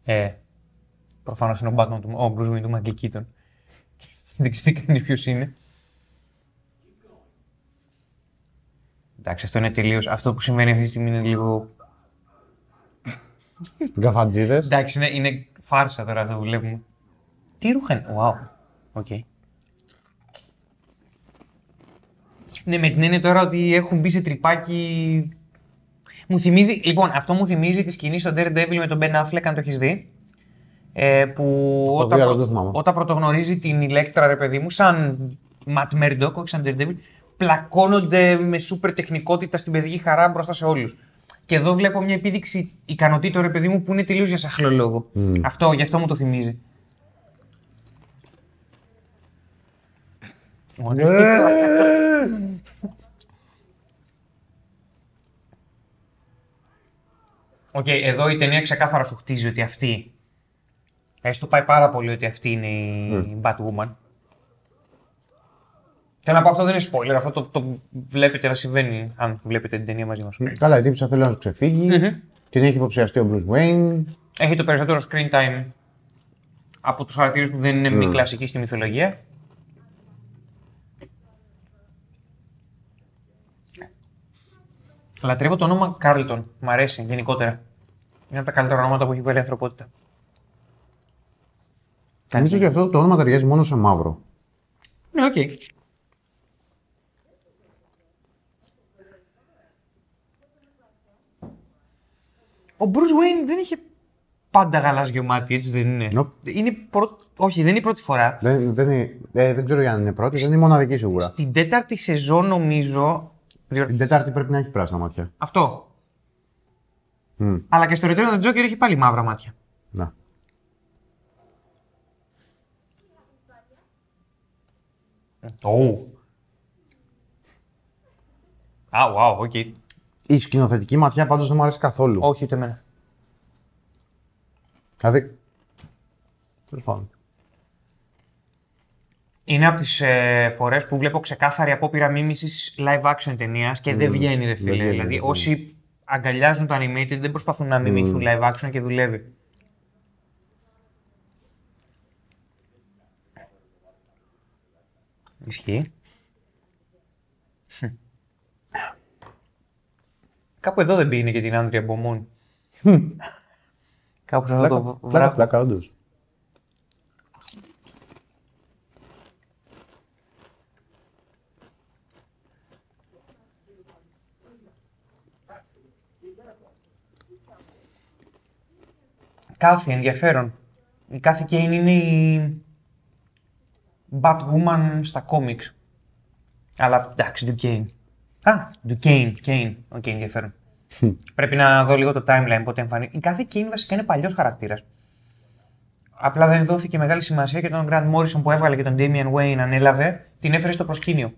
B: Ε, προφανώς είναι ο Batman του, ο Bruce Wayne του Michael Keaton. Δεν ξέρει κανείς ποιος είναι. Εντάξει, αυτό είναι τελείως, αυτό που συμβαίνει αυτή τη στιγμή είναι λίγο...
A: Γκαφαντζίδες.
B: Εντάξει, είναι, είναι φάρσα τώρα αυτό που βλέπουμε. Τι ρούχα είναι, wow. Οκ. Ναι, με την έννοια τώρα ότι έχουν μπει σε τρυπάκι. Μου θυμίζει, λοιπόν, αυτό μου θυμίζει τη σκηνή στο Daredevil με τον Ben Affleck, αν το έχεις δει. Ε, που όταν,
A: δει, αλλά
B: πρω-
A: δεν το θυμάμαι.
B: όταν πρωτογνωρίζει την Ηλέκτρα, ρε παιδί μου, σαν Matt Murdock, όχι σαν Daredevil, πλακώνονται με σούπερ τεχνικότητα στην παιδική χαρά μπροστά σε όλους. Και εδώ βλέπω μια επίδειξη ικανοτήτων, ρε παιδί μου, που είναι τελείως για σαχλό λόγο.
A: Mm.
B: Αυτό, γι' αυτό μου το θυμίζει. Οκ, εδώ η ταινία ξεκάθαρα σου χτίζει ότι αυτή. Έστω πάει πάρα πολύ ότι αυτή είναι η Batwoman. Θέλω να πω αυτό δεν είναι spoiler, αυτό το, το βλέπετε να συμβαίνει αν βλέπετε την ταινία μαζί μας.
A: Ε. Καλά, η τύπησα θέλει να του ξεφυγει Την έχει υποψιαστεί ο Bruce Wayne.
B: Έχει το περισσότερο screen time από τους χαρακτήρες που δεν είναι μη κλασικοί στη μυθολογία. Λατρεύω το όνομα Κάρλτον. Μ' αρέσει γενικότερα. Είναι ένα από τα καλύτερα ονόματα που έχει βγάλει η ανθρωπότητα.
A: Νομίζω ότι αυτό το όνομα ταιριάζει μόνο σε μαύρο.
B: Ναι, οκ. Ο Bruce Wayne δεν είχε πάντα γαλάζιο μάτι, έτσι δεν είναι.
A: Nope.
B: είναι πρω... Όχι, δεν είναι η πρώτη φορά.
A: Δεν, δεν, είναι- ε, δεν ξέρω για αν είναι πρώτη, δεν είναι μοναδική σίγουρα.
B: Στην τέταρτη σεζόν νομίζω. διορθ-
A: Την Τετάρτη πρέπει να έχει πράσινα μάτια.
B: Αυτό.
A: Μμ.
B: Αλλά και στο Return of the Joker έχει πάλι μαύρα μάτια.
A: Να.
B: Ου. Α, wow, οκ.
A: Η σκηνοθετική ματιά πάντως δεν μου αρέσει καθόλου.
B: Όχι, ούτε εμένα.
A: Δηλαδή. Τέλος πάντων.
B: Είναι από τις ε, φορές που βλέπω ξεκάθαρη απόπειρα μίμησης live action ταινίας και δεν βγαίνει, ρε φίλε.
A: βγαίνει,
B: δηλαδή,
A: δεν
B: όσοι αγκαλιάζουν το animated δεν προσπαθούν να μιμηθούν live action και δουλεύει. Ισχύει. Χμ. Κάπου εδώ δεν πήγαινε και την Άνδρια Μπομούν. Κάπου σε αυτό
A: Πλάκα,
B: το
A: πλάκα,
B: βράχο.
A: πλάκα, όντως.
B: Κάθε ενδιαφέρον. Η κάθε Kane είναι η Batwoman στα κόμιξ. Αλλά εντάξει, Duquesne. Α, Duquesne, Kane. Οκ, ενδιαφέρον. Πρέπει να δω λίγο το timeline πότε εμφανίζεται. Η κάθε Kane βασικά είναι παλιός χαρακτήρας. Απλά δεν δόθηκε μεγάλη σημασία και τον Grant Morrison που έβγαλε και τον Damian Wayne ανέλαβε, την έφερε στο προσκήνιο.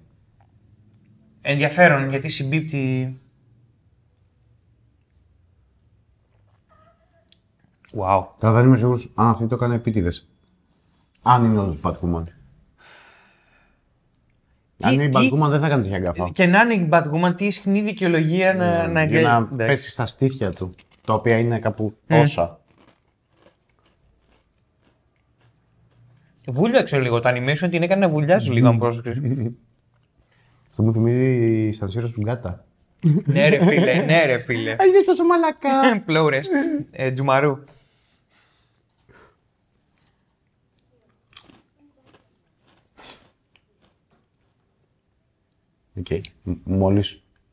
B: Ενδιαφέρον γιατί συμπίπτει. Wow.
A: Τώρα δεν είμαι σίγουρος αν αυτή το έκανε επίτηδες. Αν είναι όντως Batwoman.
B: Τι-
A: Αν είναι η
B: τι-
A: Batwoman δεν θα έκανε τέτοια γκάφα.
B: Και να είναι η Batwoman, τι ισχνή δικαιολογία να, να
A: Ναι, Για να
B: εγκαλεί. Εντάξει.
A: πέσει στα στήθια του, τα οποία είναι κάπου όσα.
B: Βούλιαξε λίγο. Το animation την έκανε να βουλιάζει λίγο, αν πρόσεξες.
A: Αυτό μου θυμίζει η Σανσίρο Σουγκάτα. Ε,
B: ναι, ρε φίλε, ναι, ρε φίλε.
A: Είναι τόσο μαλακά.
B: Πλώρε. Τζουμαρού.
A: Okay. Μόλι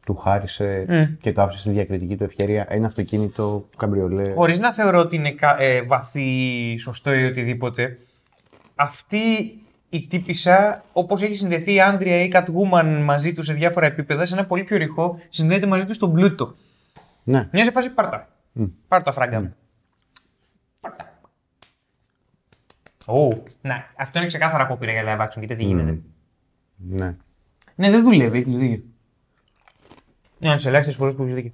A: του χάρισε και του άφησε τη διακριτική του ευκαιρία ένα αυτοκίνητο καμπριολέ.
B: Χωρίς να θεωρώ ότι είναι κα- ε, βαθύ, σωστό ή οτιδήποτε. Αυτή η τύπησα, όπως έχει συνδεθεί η Άντρια ή η Catwoman μαζί τους σε διάφορα επίπεδα, σε ένα πολύ πιο ρηχό, συνδέεται μαζί τους στον πλούτο.
A: Ναι.
B: Είναι σε φάση πάρτα. Πάρτα φράγκα μου. Πάρτα. Ω, Να, αυτό είναι ξεκάθαρα απόπειρα για live action. Κοίτα τι γίνεται.
A: ναι.
B: Ναι, δεν δουλεύει, έχει δίκιο. Ναι, Είναι από τι ελάχιστε φορές που έχεις δίκιο.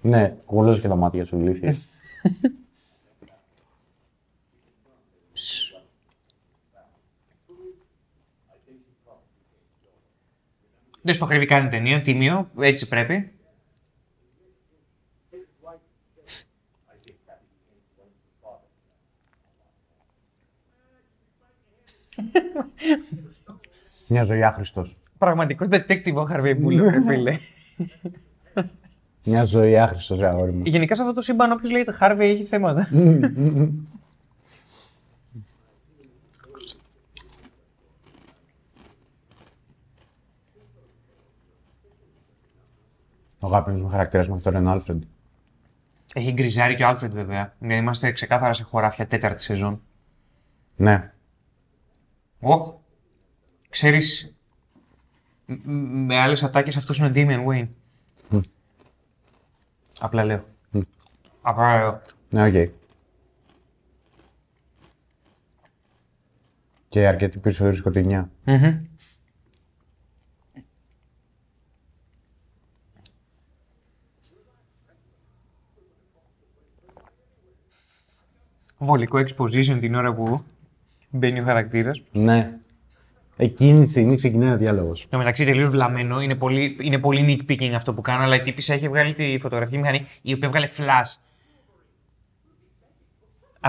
A: Ναι, κουβολώζω και τα μάτια σου, ηλίθιε.
B: Δεν στο κρύβει καν η ταινία, τίμιο, έτσι πρέπει.
A: Μια ζωή άχρηστος.
B: Πραγματικός detective ο Χαρβέι Μπούλο, φίλε.
A: Μια ζωή άχρηστος, ρε αγόρι μου.
B: Γενικά σε αυτό το σύμπαν, όποιος λέγεται Χάρβεϊ έχει θέματα.
A: Ο αγαπημένο μου χαρακτήρας μέχρι τώρα είναι ο Άλφρεντ.
B: έχει γκριζάρει και ο Άλφρεντ, βέβαια. Ναι, είμαστε ξεκάθαρα σε χωράφια τέταρτη σεζόν.
A: Ναι.
B: Οχ. Ξέρεις, μ- μ- με άλλες ατάκες αυτός είναι ο Damian Wayne. Απλά λέω. Απλά λέω.
A: Ναι, οκ. Και αρκετή περισσότερη σκοτεινιά.
B: βολικό exposition την ώρα που μπαίνει ο χαρακτήρας.
A: Ναι. Εκείνη τη στιγμή ξεκινάει ένα διάλογο.
B: Το μεταξύ τελείως βλαμμένο. Είναι πολύ, είναι πολύ nitpicking αυτό που κάνω, αλλά η τύπησα έχει βγάλει τη φωτογραφική μηχανή η οποία βγάλε flash.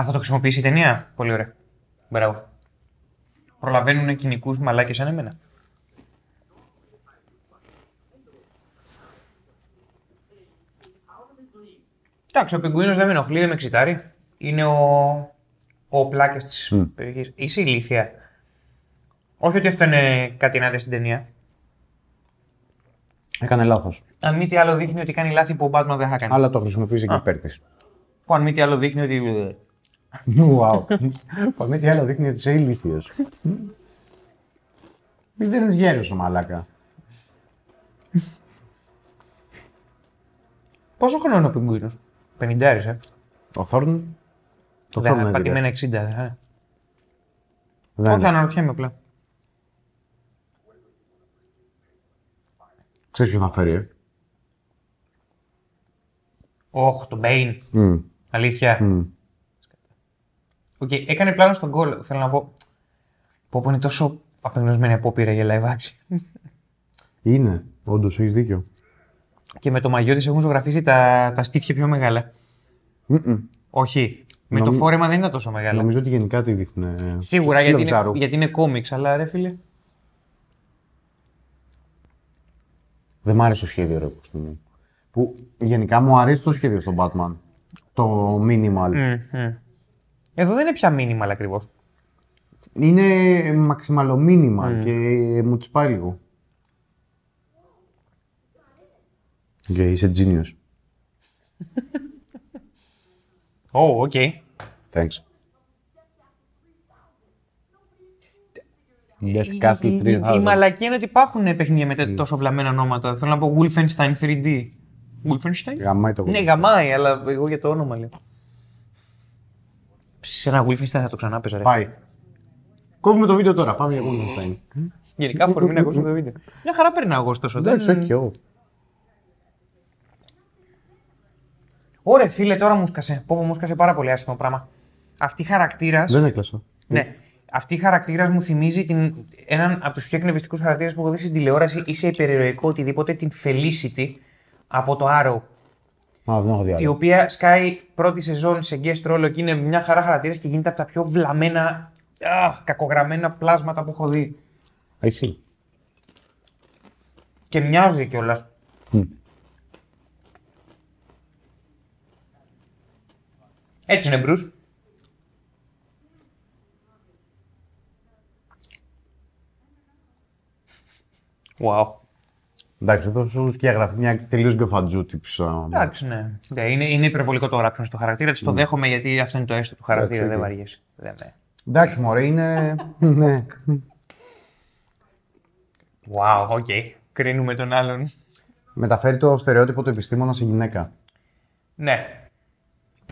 B: Α, θα το χρησιμοποιήσει η ταινία. Πολύ ωραία. Μπράβο. Προλαβαίνουν κοινικούς μαλάκες σαν εμένα. Εντάξει, ο πιγκουίνος δεν με ενοχλεί, δεν με εξητάρει. Είναι ο, ο πλάκε της
A: Μμ.
B: περιοχής. Είσαι ηλίθια. Όχι ότι έφτανε κάτι ενάντια στην ταινία.
A: Έκανε λάθος.
B: Αν μη τι άλλο δείχνει ότι κάνει λάθη που ο Batman δεν θα κάνει.
A: Αλλά το χρησιμοποίησε και υπέρ της.
B: Που αν μη τι άλλο δείχνει ότι. ε,
A: Wow. Πάμε τι άλλο δείχνει ότι είσαι ηλίθιος. Μη δεν είναι γέρο ο μαλάκα.
B: Πόσο χρόνο είναι ο πιγκουίνος. 50 ε.
A: Ο Θόρν. Το
B: Δεν
A: Θόρν
B: θα
A: δεν
B: πάτε με
A: πήρε.
B: ένα 60. ε.
A: Δεν
B: Όχι,
A: είναι.
B: αναρωτιέμαι απλά.
A: Ξέρεις ποιος θα φέρει. ε.
B: Όχι, το Bane.
A: Μμ.
B: Αλήθεια.
A: Μμ.
B: Οκ, έκανε πλάνος στον κόλλο. Θέλω να πω. Πω πω είναι τόσο απεγνωσμένη απόπειρα για live action.
A: Είναι. Όντως έχεις δίκιο.
B: Και με το μαγιό τη έχουν ζωγραφίσει τα, τα στήθια πιο μεγάλα.
A: Μμμ.
B: Όχι. Με το
A: Νομι-
B: φόρεμα δεν ήταν τόσο μεγάλα.
A: Νομίζω ότι γενικά τη δείχνουν. ε,
B: Σίγουρα γιατί είναι, γιατί είναι κόμιξ, αλλά ρε φίλε.
A: Δεν μ' άρεσε το σχέδιο, ρε Κωστή μου. Που γενικά μου αρέσει το σχέδιο στον Batman. Το minimal.
B: Μμμ, μμμ. Εδώ δεν είναι πια μήνυμα ακριβώς.
A: Είναι μαξιμαλο minimal και ε, μου τη πάει λίγο. Και είσαι genius.
B: Ω, οκ.
A: Thanks. Death Castle
B: Ε, Η- η- Η
A: 3000.
B: μαλακή είναι ότι υπάρχουν παιχνίδια με τέ- τόσο βλαμμένα ονόματα. Θέλω να πω Wolfenstein 3D. Wolfenstein.
A: Γαμάει το
B: Ναι, γαμάει, αλλά εγώ για το όνομα λέω. Ψ, Σε ένα Wolfenstein θα το ξανά παίζα, ρε.
A: Πάει. Κόβουμε το βίντεο τώρα. Πάμε για κόβουμε το Stein.
B: Ε, Γενικά αφορμή να ακούσουμε το βίντεο. Μια χαρά περνάω εγώ ωστόσο. δεν-
A: Εντάξει, όχι, όχι.
B: Ωρε φίλε, τώρα μου σκάσε. Πω, πω, μου σκάσε πάρα πολύ άσχημο πράγμα. Αυτή η χαρακτήρας.
A: Δεν έκλασα.
B: Ναι. Αυτή η χαρακτήρας μου θυμίζει την, έναν από τους πιο εκνευριστικούς χαρακτήρες που έχω δει στην τηλεόραση ή σε υπερηρωικό οτιδήποτε, την Felicity από το Arrow.
A: Α, δεν έχω δει
B: Η
A: άλλο.
B: οποία σκάει πρώτη σεζόν σε guest ρόλο και είναι μια χαρά χαρακτήρας και γίνεται από τα πιο βλαμμένα, α, κακογραμμένα πλάσματα που έχω δει.
A: Α, Εσύ.
B: Και μοιάζει κιόλας. Έτσι είναι, Μπρουζ. Wow.
A: Εντάξει, εδώ σου σκιαγραφεί μια τελείως γκοφαντζούτη πίσω.
B: Εντάξει, ναι. ναι είναι, είναι υπερβολικό το ράψιμο στο χαρακτήρα της. Το δέχομαι γιατί αυτό είναι το έστω του χαρακτήρα.
A: Ναι. Εντάξει,
B: Δεν
A: οκ.
B: βαριέσαι. Δεν ναι. με.
A: Εντάξει, μωρέ, είναι. ναι.
B: Wow, οκ. Κρίνουμε τον άλλον.
A: Μεταφέρει το στερεότυπο του επιστήμονα σε γυναίκα.
B: Ναι.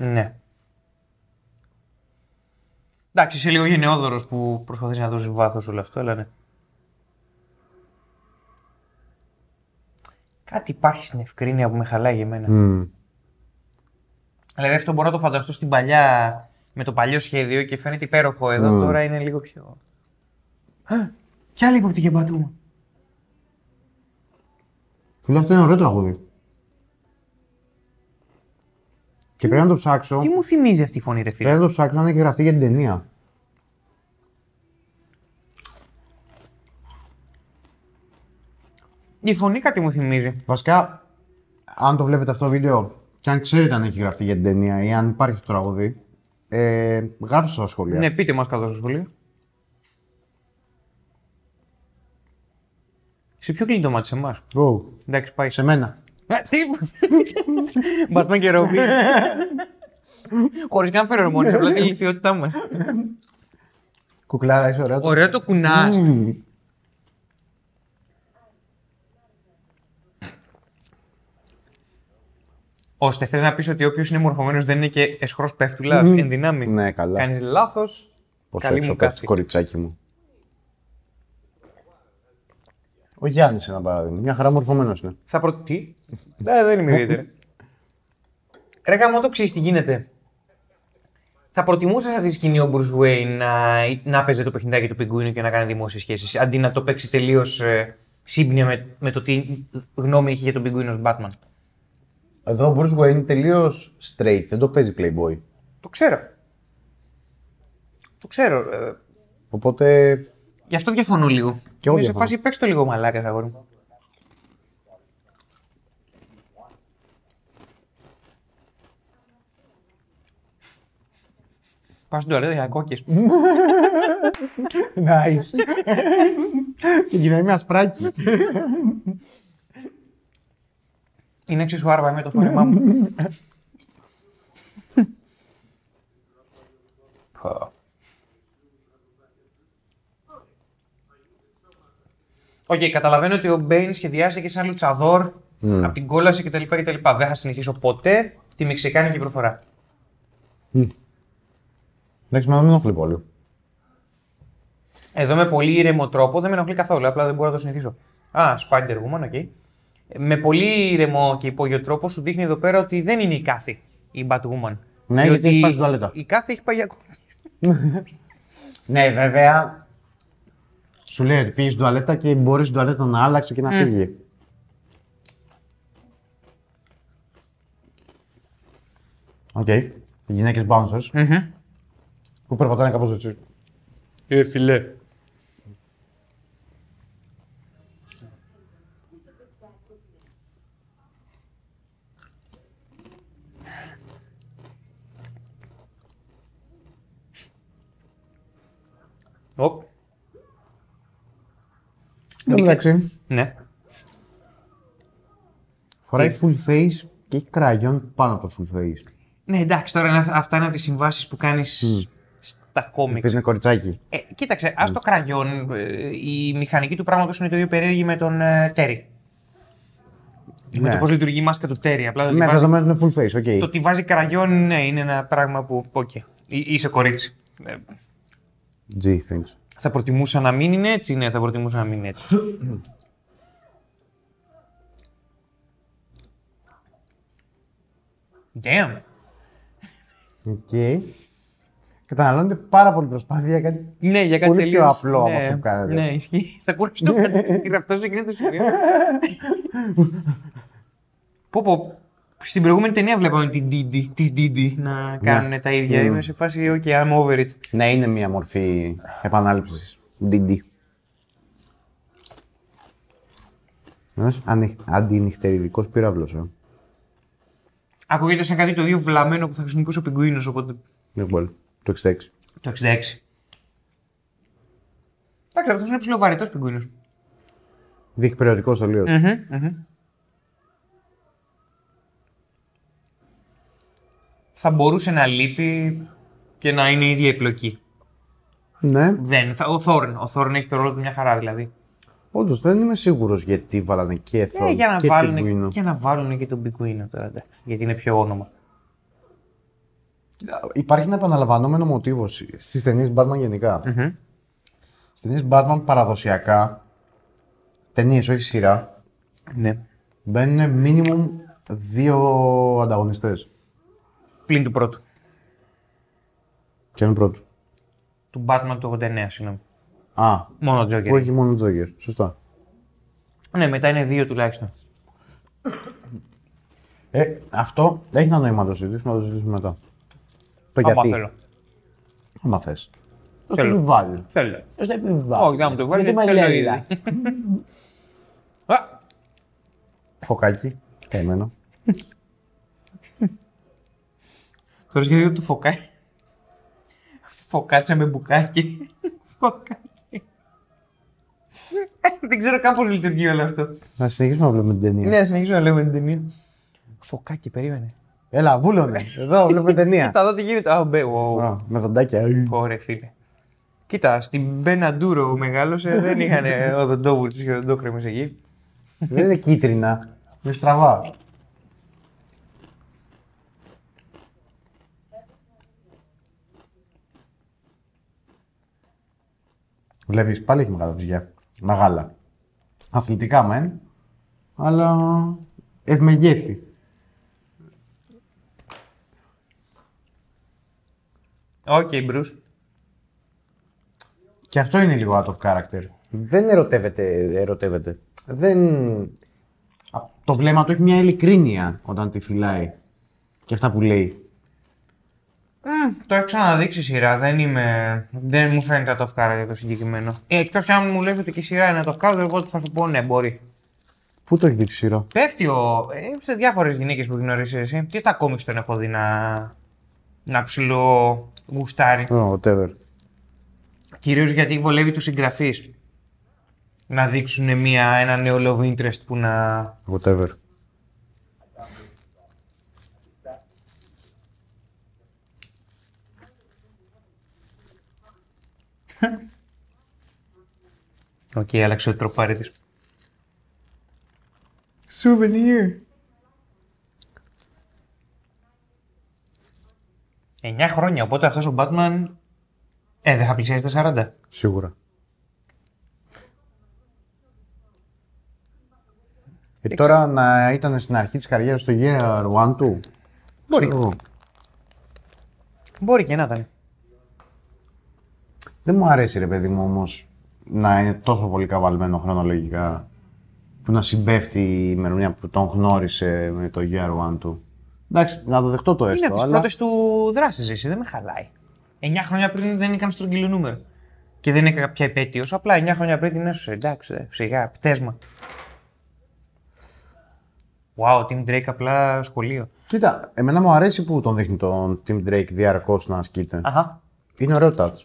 B: Ναι. Εντάξει, είσαι λίγο γενναιόδωρος που προσπαθείς να δώσεις βάθος όλο αυτό, αλλά ναι. Κάτι υπάρχει στην ευκρίνεια που με χαλάει για
A: Mm.
B: μένα. Δηλαδή αυτό μπορώ να το φανταστώ στην παλιά, με το παλιό σχέδιο και φαίνεται υπέροχο εδώ,
A: Μμμ.
B: τώρα είναι λίγο πιο... Α, κι άλλη υπόπτη και μπατούμα.
A: Φίλε, αυτό είναι ωραίο τραγούδι. Και πρέπει να το ψάξω.
B: Τι μου θυμίζει αυτή η φωνή ρε φίλε.
A: Πρέπει να το ψάξω αν έχει γραφτεί για την ταινία.
B: Η φωνή κάτι μου θυμίζει.
A: Βασικά, αν το βλέπετε αυτό το βίντεο και αν ξέρετε αν έχει γραφτεί για την ταινία ή αν υπάρχει το τραγούδι, ε, γράψτε στα σχόλια.
B: Ναι, πείτε μας κάτω στο σχολείο. Σε ποιο κλείνει το μάτι, σε εμάς.
A: Go.
B: Εντάξει, πάει.
A: Σε μένα.
B: Ε, Τι! Μπατμάν και Ρόμπι. Χωρίς καν φερορμόνες, απλά τη λιθιότητά μας.
A: Κουκλάρα, είσαι ωραίο.
B: Ωραίο το κουνάς.
A: Μμμ.
B: Ώστε θες να πεις ότι όποιος είναι μορφωμένος δεν είναι και εσχρός πέφτουλας, εν δυνάμει.
A: Ναι, καλά.
B: Κάνεις λάθος,
A: Πόσο
B: καλή
A: έξω
B: μου
A: πέφτει,
B: κάθη.
A: κοριτσάκι μου. Ο Γιάννης ένα παράδειγμα. Μια χαρά μορφωμένος είναι.
B: Θα προ... Τι? Ναι, Δε, δεν είμαι ιδιαίτερα. Ρε γαμώτο, ξέρεις τι γίνεται. Θα προτιμούσα σε αυτή τη σκηνή ο Bruce Wayne να, να παίζει το παιχνιδάκι του πιγκουίνου και να κάνει δημόσιες σχέσεις, αντί να το παίξει τελείως σύμπνοια με, με το τι γνώμη έχει για τον πιγκουίνο ως Batman.
A: Εδώ ο Bruce Wayne είναι τελείως straight, δεν το παίζει Playboy.
B: Το ξέρω. Το ξέρω. ε,
A: Οπότε.
B: γι' αυτό διαφωνώ λίγο.
A: Κι εγώ
B: Είμαι σε
A: διαφωνώ.
B: φάση παίξτε το λίγο μαλάκας, αγόρι μου. Πας στην τουαλέτα για κόκκες.
A: Nice. Και γυρνάει μια σπράκι.
B: Είναι εξίσου άρβα με το φόρεμά μου. Πω. Οκ, καταλαβαίνω ότι ο Μπέιν σχεδιάστηκε σαν λουτσαδόρ από την κόλαση κτλ. κτλ. Δεν θα συνεχίσω ποτέ τη μεξικάνικη προφορά.
A: Εντάξει, μα δεν με ενοχλεί πολύ.
B: Εδώ με πολύ ήρεμο τρόπο δεν με ενοχλεί καθόλου, απλά δεν μπορώ να το συνηθίσω. Α, Spider Woman, οκ. Με πολύ ήρεμο και υπόγειο τρόπο σου δείχνει εδώ πέρα ότι δεν είναι η κάθε η Batwoman.
A: Ναι, γιατί έχει πάει στην τουαλέτα.
B: Η κάθε έχει πάει για κόκκινη.
A: Ναι, βέβαια. Σου λέει ότι πήγες στην τουαλέτα και μπορείς στην τουαλέτα να άλλαξε και να
B: Ναι.
A: φύγει. Οκ. Οι γυναίκες bouncers που περπατάνε κάπως έτσι.
B: Ε, φιλέ. Οπ,
A: Εντάξει.
B: ναι.
A: Φοράει full face και έχει κραγιόν πάνω από το full face.
B: Ναι, εντάξει, τώρα είναι αυ- αυτά είναι από τις συμβάσεις που κάνεις στα κόμικ.
A: Παίζει με κοριτσάκι.
B: Ε, κοίταξε, ας το κραγιόν. ε, η μηχανική του πράγματος είναι το ίδιο περίεργη με τον ε, Τέρι. Με
A: Ναι.
B: το πώς λειτουργεί η μάσκα του Τέρι. Απλά το, ότι
A: Ναι,
B: βάζει,
A: δεδομένου είναι full face, οκ.
B: το ότι βάζει κραγιόν ναι, είναι ένα πράγμα που. Οκ. Ε, είσαι κορίτσι. Ε,
A: G, thanks.
B: θα προτιμούσα να μην είναι έτσι. Ναι, θα προτιμούσα να μην είναι έτσι. Damn.
A: Οκ. Καταναλώνεται πάρα πολύ προσπάθεια για κάτι.
B: Ναι, για κάτι
A: Πολύ πιο
B: τελείως-
A: απλό από
B: ναι,
A: αυτό που Ναι. κάνετε.
B: Ναι, ισχύει. Θα κουραστώ κατά τη γραφτό σε εκείνο το σημείο. πω, πω. Στην προηγούμενη ταινία βλέπαμε την Didi, τη Didi
A: Ναι.
B: να κάνουν τα ίδια. Είμαι σε φάση, OK, I'm over it.
A: Να Ναι, είναι μια μορφή επανάληψης. DD. Ένας αντινυχτεριδικός πύραυλος. Ε.
B: Ακούγεται σαν κάτι το ίδιο βλαμμένο που θα χρησιμοποιούσε ο Πιγκουίνος, οπότε
A: Λίγο πολύ. Το 66.
B: το 66. Εντάξει, αυτός είναι ψηλοβαρετός Πιγκουίνος.
A: Διεκπαιρεωτικός τελείως.
B: Θα μπορούσε να λείπει και να είναι η ίδια η πλοκή.
A: Ναι.
B: Δεν. Θα, ο Θόρν. Ο Θόρν έχει το ρόλο του μια χαρά δηλαδή.
A: Όντως δεν είμαι σίγουρος γιατί βάλανε και Θόρν
B: Ε, για, να
A: και
B: βάλουν,
A: πιγκουίνο.
B: για να βάλουν και τον Πιγκουίνο τώρα. εντάξει, Γιατί είναι πιο όνομα.
A: Υπάρχει ένα επαναλαμβανόμενο μοτίβο στις ταινίες Batman γενικά. Στις ταινίες Batman παραδοσιακά, ταινίες όχι σειρά,
B: Ναι.
A: μπαίνουν minimum δύο ανταγωνιστές.
B: Πλην του πρώτου.
A: Και είναι πρώτο.
B: Του Batman του 89, συγγνώμη.
A: Α,
B: Μόνο ο Τζόκερ.
A: που έχει μόνο Τζόγκερ. Σωστά.
B: Ναι, μετά είναι δύο τουλάχιστον.
A: Ε, αυτό έχει ένα νόημα να το συζητήσουμε, να το συζητήσουμε μετά. Το
B: Άμα
A: γιατί.
B: θέλω.
A: Άμα θες. Θέλω.
B: Θέλω.
A: το επιβάλλει.
B: Θέλω.
A: Θέλω το επιβάλλει.
B: Όχι, δεν μου το βάλει.
A: Γιατί με
B: θέλω
A: λέει,
B: ήδη.
A: λέει.
B: Α,
A: Φωκάκι. Καημένο.
B: Το σχέδιο του φωκάκι. Φωκάτσα με μπουκάκι. Φωκάκι. Ε, Δεν ξέρω καν πώς λειτουργεί όλο αυτό.
A: Να συνεχίσουμε να βλέπουμε την ταινία.
B: Ναι, συνεχίζω να λέμε την ταινία. Φωκάκι, περίμενε.
A: Έλα, βούλωνε. Εδώ βλέπουμε ταινία.
B: Θα δω τι γίνεται. Α, μπε, wow.
A: Α, με δοντάκια.
B: Ωραία, φίλε. Κοίτα, στην Μπέναντούρο μεγάλωσε, ε, δεν είχαν οδοντόβουρτς και οδοντόκρεμες εκεί.
A: Δεν είναι κίτρινα. Είναι στραβά. Βλέπεις, πάλι έχει μεγάλα ψυγεία. Μεγάλα. Αθλητικά μεν, αλλά ευμεγέθη.
B: Οκ, Bruce.
A: Και αυτό είναι λίγο out of character. Δεν ερωτεύεται. ερωτεύεται. Δεν... Α, Το βλέμμα του έχει μια ειλικρίνεια όταν τη φυλάει. Και αυτά που λέει.
B: Μμ, το έχω ξαναδείξει σειρά. Δεν, είμαι... δεν μου φαίνεται το αυκάρα για το συγκεκριμένο. Ε, Εκτός κι αν μου λες ότι και η σειρά είναι το αυκάρα, εγώ θα σου πω ναι, μπορεί.
A: Πού το έχεις δείξει σειρά.
B: Πέφτει ο. ε, σε διάφορες γυναίκες που γνωρίζεις εσύ. Και στα κόμιξ τον έχω δει να. να ψηλό γουστάρει.
A: Oh, whatever.
B: Κυρίως γιατί βολεύει τους συγγραφείς. Να δείξουν μια, ένα νέο love interest που να.
A: Whatever.
B: Οκ, άλλαξε ο τροπάρι τη.
A: Souvenir.
B: 9 χρόνια, οπότε αυτός ο Batman. Ε, δεν θα πλησιάσει τα 40.
A: Σίγουρα. Ε, τώρα να ήταν στην αρχή της καριέρας στο Year One του.
B: Μπορεί.
A: Ξέρω.
B: Μπορεί και να ήταν.
A: Δεν μου αρέσει ρε παιδί μου όμως να είναι τόσο βολικά βαλμένο χρονολογικά που να συμπέφτει η ημερομηνία που τον γνώρισε με το Year One του. Εντάξει, να το δεχτώ το έστω,
B: Είναι από τις
A: αλλά...
B: πρώτες του δράσεις, εσύ δεν με χαλάει. 9 χρόνια πριν δεν ήταν στρογγυλό νούμερο. Και δεν είναι κάποια επέτειος. Απλά 9 χρόνια πριν την έσωσε. Εντάξει, ε, σιγά, πτέσμα. Wow, Team Drake απλά σχολείο.
A: Κοίτα, εμένα μου αρέσει που τον δείχνει τον Tim Drake διαρκώς να ασκείται.
B: Αχα.
A: Είναι ωραίο touch.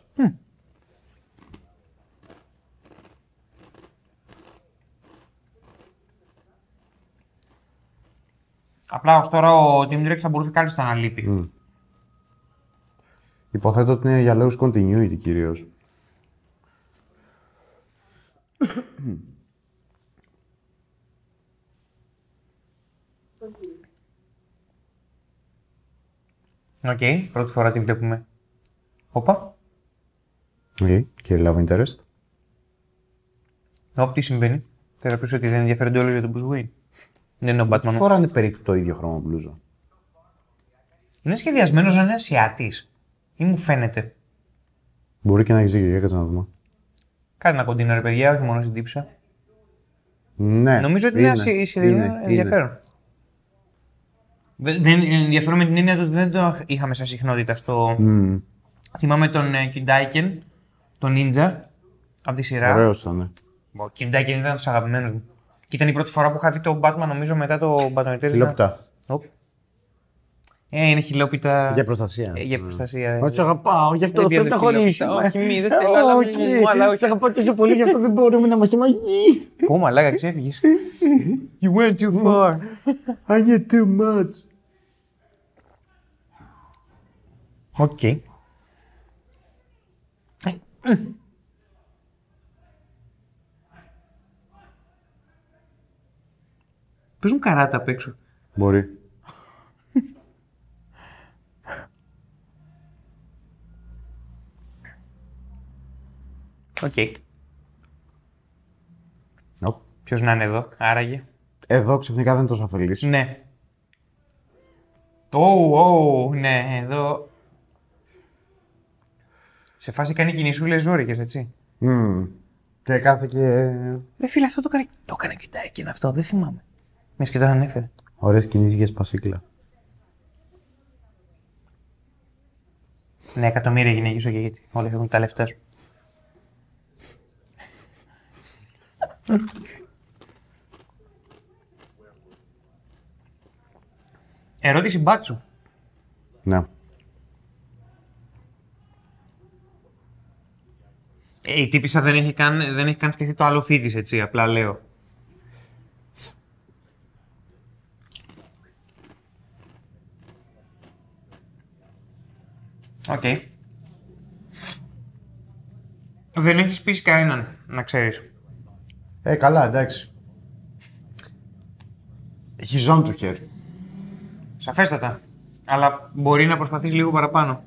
B: Απλά ως τώρα ο Team Drake θα μπορούσε κάλλιστα να λείπει.
A: Υποθέτω ότι είναι για λόγους continuity κυρίως.
B: Οκ, πρώτη φορά την βλέπουμε. Όπα.
A: Okay. Και love interest.
B: Όπ, τι συμβαίνει. Θέλω να πεις ότι δεν ενδιαφέρονται όλοι για τον Bruce Wayne. Δεν είναι ο
A: Τις
B: Batman.
A: φοράνε περίπου το ίδιο χρώμα μπλούζα.
B: Είναι σχεδιασμένος να είναι Ασιάτης. Ή μου φαίνεται.
A: Μπορεί και να έχεις δίκιο, για κάτσε να δούμε.
B: Κάνει ένα κοντίνο ρε παιδιά, όχι μόνο στην τύψα.
A: Ναι.
B: Νομίζω ότι είναι, ασυ- σχεδιασμένο
A: είναι, είναι.
B: ενδιαφέρον. Δε- Δεν ενδιαφέρον με την έννοια του ότι δεν το είχαμε σαν συχνότητα στο.
A: Μμμ,
B: Θυμάμαι τον ε, Κιουντάικεν, τον Νίντζα, από τη σειρά.
A: Ωραίος ήταν. ε.
B: Ο Κιουντάικεν ήταν του αγαπημένου μου. Και ήταν η πρώτη φορά που είχα δει τον Batman, νομίζω, μετά το Batman Returns.
A: Φιλόπιτα.
B: Οπ. Ε, είναι χιλόπιτα.
A: Για προστασία.
B: ε, για προστασία. ε.
A: Όχι, σε αγαπάω, γι' αυτό
B: Δεν
A: πρέπει να
B: πιάνεις χιλόπιτα.
A: χωρίσουμε.
B: Όχι, μη, δεν θέλω, αλλά μη,
A: Όχι,
B: μου, μου, αλλά όχι.
A: Σε αγαπάω τόσο πολύ, γι' αυτό δεν μπορούμε να μας χυμαγεί.
B: Πω, μαλάκα, ξέφυγες. You went too far.
A: I get too much.
B: Οκ. Παίζουν καράτα απ' έξω.
A: Μπορεί.
B: Οκ.
A: Ω,
B: Ποιος να είναι εδώ, άραγε.
A: Εδώ ξαφνικά δεν είναι τόσο αφελής.
B: Ναι. Ωου, ωου, ναι, εδώ. Σε φάση κάνει κινησούλες ζώρικες, έτσι.
A: Μμμ. Και κάθε και...
B: Ρε φίλε, αυτό το έκανε. Το έκανε κοιτάκι αυτό, δεν θυμάμαι. Μες και το ανέφερε.
A: Ωραίες κινήσεις για σπασίκλα.
B: Ναι, εκατομμύρια γυναίκες ο Γεγίτη. Όλοι έχουν τα λεφτά σου. Ερώτηση μπάτσου.
A: Ναι.
B: Ε, η τύπησα δεν έχει, καν, δεν έχει καν σκεφτεί το άλλο φίδι, της, έτσι, απλά λέω. Οκ. Δεν έχεις πείσει κανέναν, να ξέρεις.
A: Ε, καλά, εντάξει. Έχει ζών του χέρι.
B: Σαφέστατα. Αλλά μπορεί να προσπαθείς λίγο παραπάνω.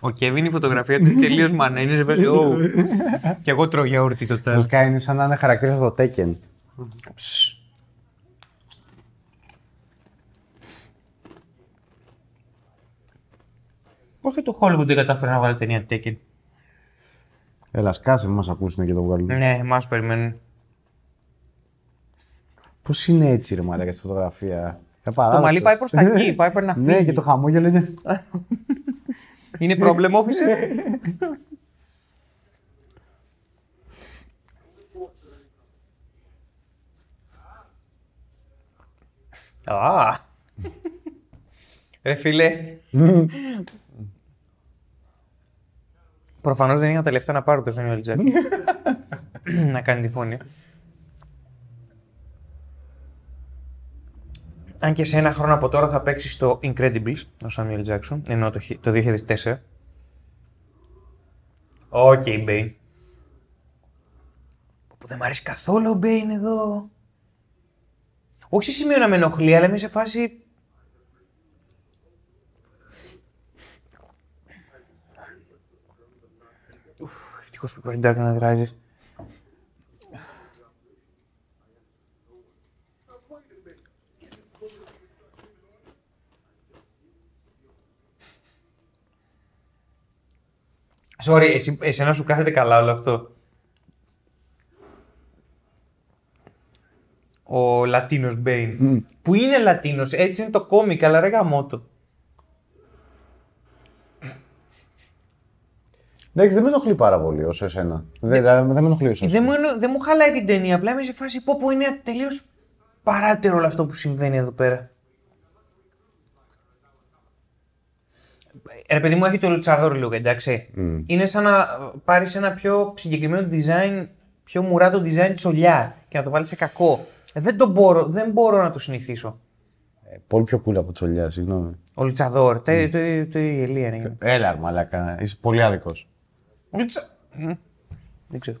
B: Ο Κέβιν η φωτογραφία του είναι τελείως μάνα. Είναι σε φάση, «Ωου». Και εγώ τρώω γιαούρτι το τέλος.
A: Τελικά είναι σαν να είναι χαρακτήρας από το Tekken.
B: Ψ. Πώ και το Hollywood δεν κατάφερε να βάλει ταινία Taken.
A: Έλα, σκάσε, μας ακούσουν και το βγάλουν.
B: Ναι, εμά περιμένουν.
A: Πώς είναι έτσι, ρε Μαλάκα, στη φωτογραφία.
B: Το μαλλί πάει προς τα εκεί, πάει πρέπει να φύγει.
A: Ναι, και το χαμόγελο είναι.
B: Είναι πρόβλημα, officer. Α. Ρε φίλε. Προφανώς δεν είχα τα λεφτά να πάρω το Samuel Jackson. να κάνει τη φωνή. Αν και σε ένα χρόνο από τώρα θα παίξει στο Incredibles, ο Samuel Jackson, ενώ το, χι- το 2004. Οκ, okay, Bane. Που δεν μ' αρέσει καθόλου ο Bane εδώ. Όχι σε σημείο να με ενοχλεί, αλλά είμαι σε φάση. Ουφ, ευτυχώς που υπάρχει Dark Knight Rises. Sorry, εσύ, εσένα σου κάθεται καλά όλο αυτό. Ο Λατίνος Μπέιν. Που είναι Λατίνος, έτσι είναι το κόμικ, αλλά ρε γαμότο.
A: Εντάξει, Ναι, δεν με ενοχλεί πάρα πολύ όσο εσένα. Δεν, δηλαδή, δεν με ενοχλεί όσο.
B: Ναι. Ε, Δεν μου, εννο- δεν μου χαλάει την ταινία, απλά είμαι σε φάση πω πω είναι τελείως παράτερο όλο αυτό που συμβαίνει εδώ πέρα. Ε, Ρε παιδί μου, έχει το λουτσαδόρ λίγο, εντάξει. Είναι σαν να πάρεις ένα πιο συγκεκριμένο design, πιο μουράτο design τσολιά και να το βάλεις σε κακό. Δεν το μπορώ, δεν μπορώ να το συνηθίσω.
A: Ε, Πολύ πιο cool από τσολιά, συγγνώμη.
B: Ο λουτσαδόρ, το, το, το, το η Ελία είναι.
A: Έλα, ρε Μαλάκα, είσαι πολύ άδικος.
B: Ο Λουτσα- Μμ, Δεν ξέρω.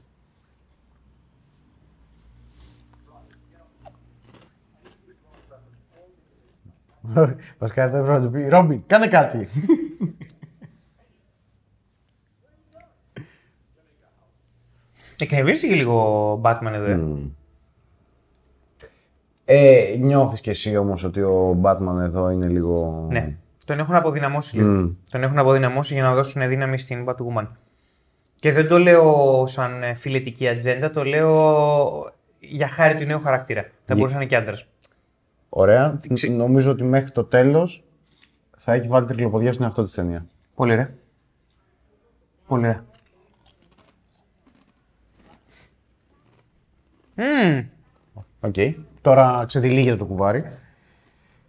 A: Βασικά δεν πρέπει να του πει Ρόμπιν, κάνε κάτι.
B: Εκνευρίστηκε λίγο ο Batman εδώ. ε.
A: Ε, νιώθεις κι εσύ όμως ότι ο Batman εδώ είναι λίγο...
B: Ναι. Τον έχουν αποδυναμώσει λίγο. Τον έχουν αποδυναμώσει για να δώσουν δύναμη στην Batwoman. Και δεν το λέω σαν ε, φιλετική ατζέντα, το λέω για χάρη του νέου χαρακτήρα. Θα μπορούσε να είναι και άντρας.
A: Ωραία. Νομίζω ότι μέχρι το τέλος θα έχει βάλει τρικλοποδιά στον εαυτό της ταινία.
B: Πολύ ρε. Πολύ ρε.
A: Οκ. Τώρα ξεδιλίγεται το κουβάρι.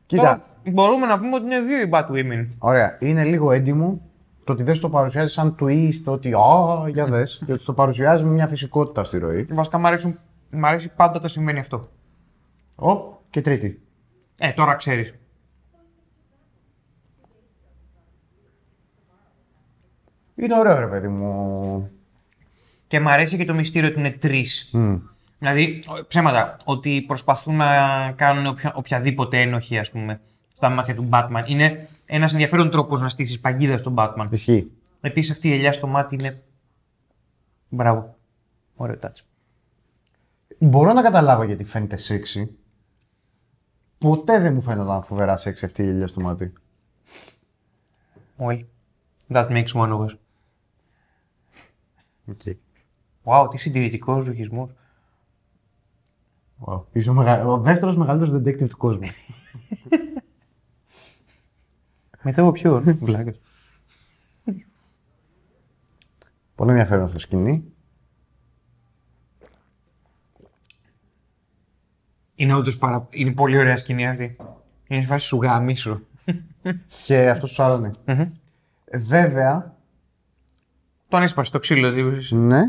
A: Κοίτα,
B: μπορούμε να πούμε ότι είναι δύο οι Batwomen.
A: ωραία. Είναι λίγο έντιμο το ότι δεν στο παρουσιάζει σαν twist, ότι «Α, για δες», και ότι στο παρουσιάζει με μια φυσικότητα στη ροή.
B: Και βασικά μ' αρέσουν- μ' αρέσει πάντα το συμβαίνει αυτό.
A: Οπ, και τρίτη.
B: Ε, τώρα ξέρεις.
A: Είναι ωραίο ρε παιδί μου.
B: Και μ' αρέσει και το μυστήριο ότι είναι τρεις. Δηλαδή, ο- ψέματα, ότι προσπαθούν να κάνουν οποια, οποιαδήποτε ένοχη, ας πούμε, στα μάτια του Batman. Είναι ένας ενδιαφέρον τρόπος να στήσεις παγίδα στον Batman.
A: Ισχύει.
B: Επίσης, αυτή η ελιά στο μάτι είναι. Μπράβο. Ωραίο τάτσο.
A: Μπορώ να καταλάβω γιατί φαίνεται σεξι. Ποτέ δεν μου φαίνονταν φοβερά σεξι αυτή η ηλιά στο μάτι.
B: Well, that makes one of us. Wow, τι συντηρητικός ρουχισμό.
A: Wow. Είσαι ο, μεγα... ο δεύτερος μεγαλύτερος detective του κόσμου.
B: Μετά από ποιον, βλάκας.
A: Πολύ ενδιαφέρον στο σκηνή.
B: Είναι όντως παρα... είναι πολύ ωραία σκηνή αυτή. Είναι σε φάση σου γαμίσου.
A: Και αυτός σου σαρωνει ναι. Βέβαια,
B: Τον έσπασε το ξύλο. δηλαδή.
A: ναι.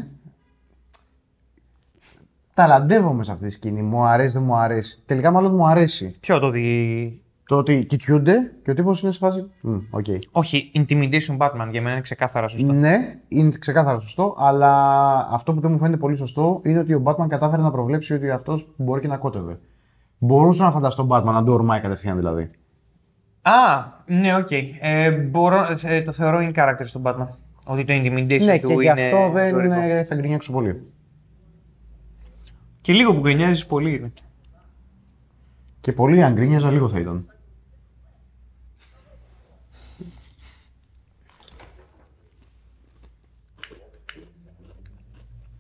A: Ταλαντεύομαι σε αυτή τη σκηνή. Μου αρέσει, δεν μου αρέσει. Τελικά, μάλλον μου αρέσει.
B: Ποιο το ότι
A: Το ότι κοιτιούνται και ο τύπος είναι σε φάση. «Μμ, Οκ.
B: Όχι, Intimidation Batman για μένα είναι ξεκάθαρα σωστό.
A: Ναι, είναι ξεκάθαρα σωστό, αλλά αυτό που δεν μου φαίνεται πολύ σωστό είναι ότι ο Batman κατάφερε να προβλέψει ότι αυτός μπορεί και να κότευε. Μπορούσα να φανταστώ τον Batman να το ορμάει κατευθείαν δηλαδή.
B: Α, ναι, οκ. Ε, μπορώ, ε, το θεωρώ in character στον Batman. Ότι το Intimidation
A: ναι,
B: του
A: και γι'
B: είναι
A: αυτό δεν
B: ζωρικό.
A: ε, θα γκρινιάξω πολύ.
B: Και λίγο που γκρινιάζεις πολύ είναι.
A: Και πολύ αν γκρινιάζα λίγο θα ήταν.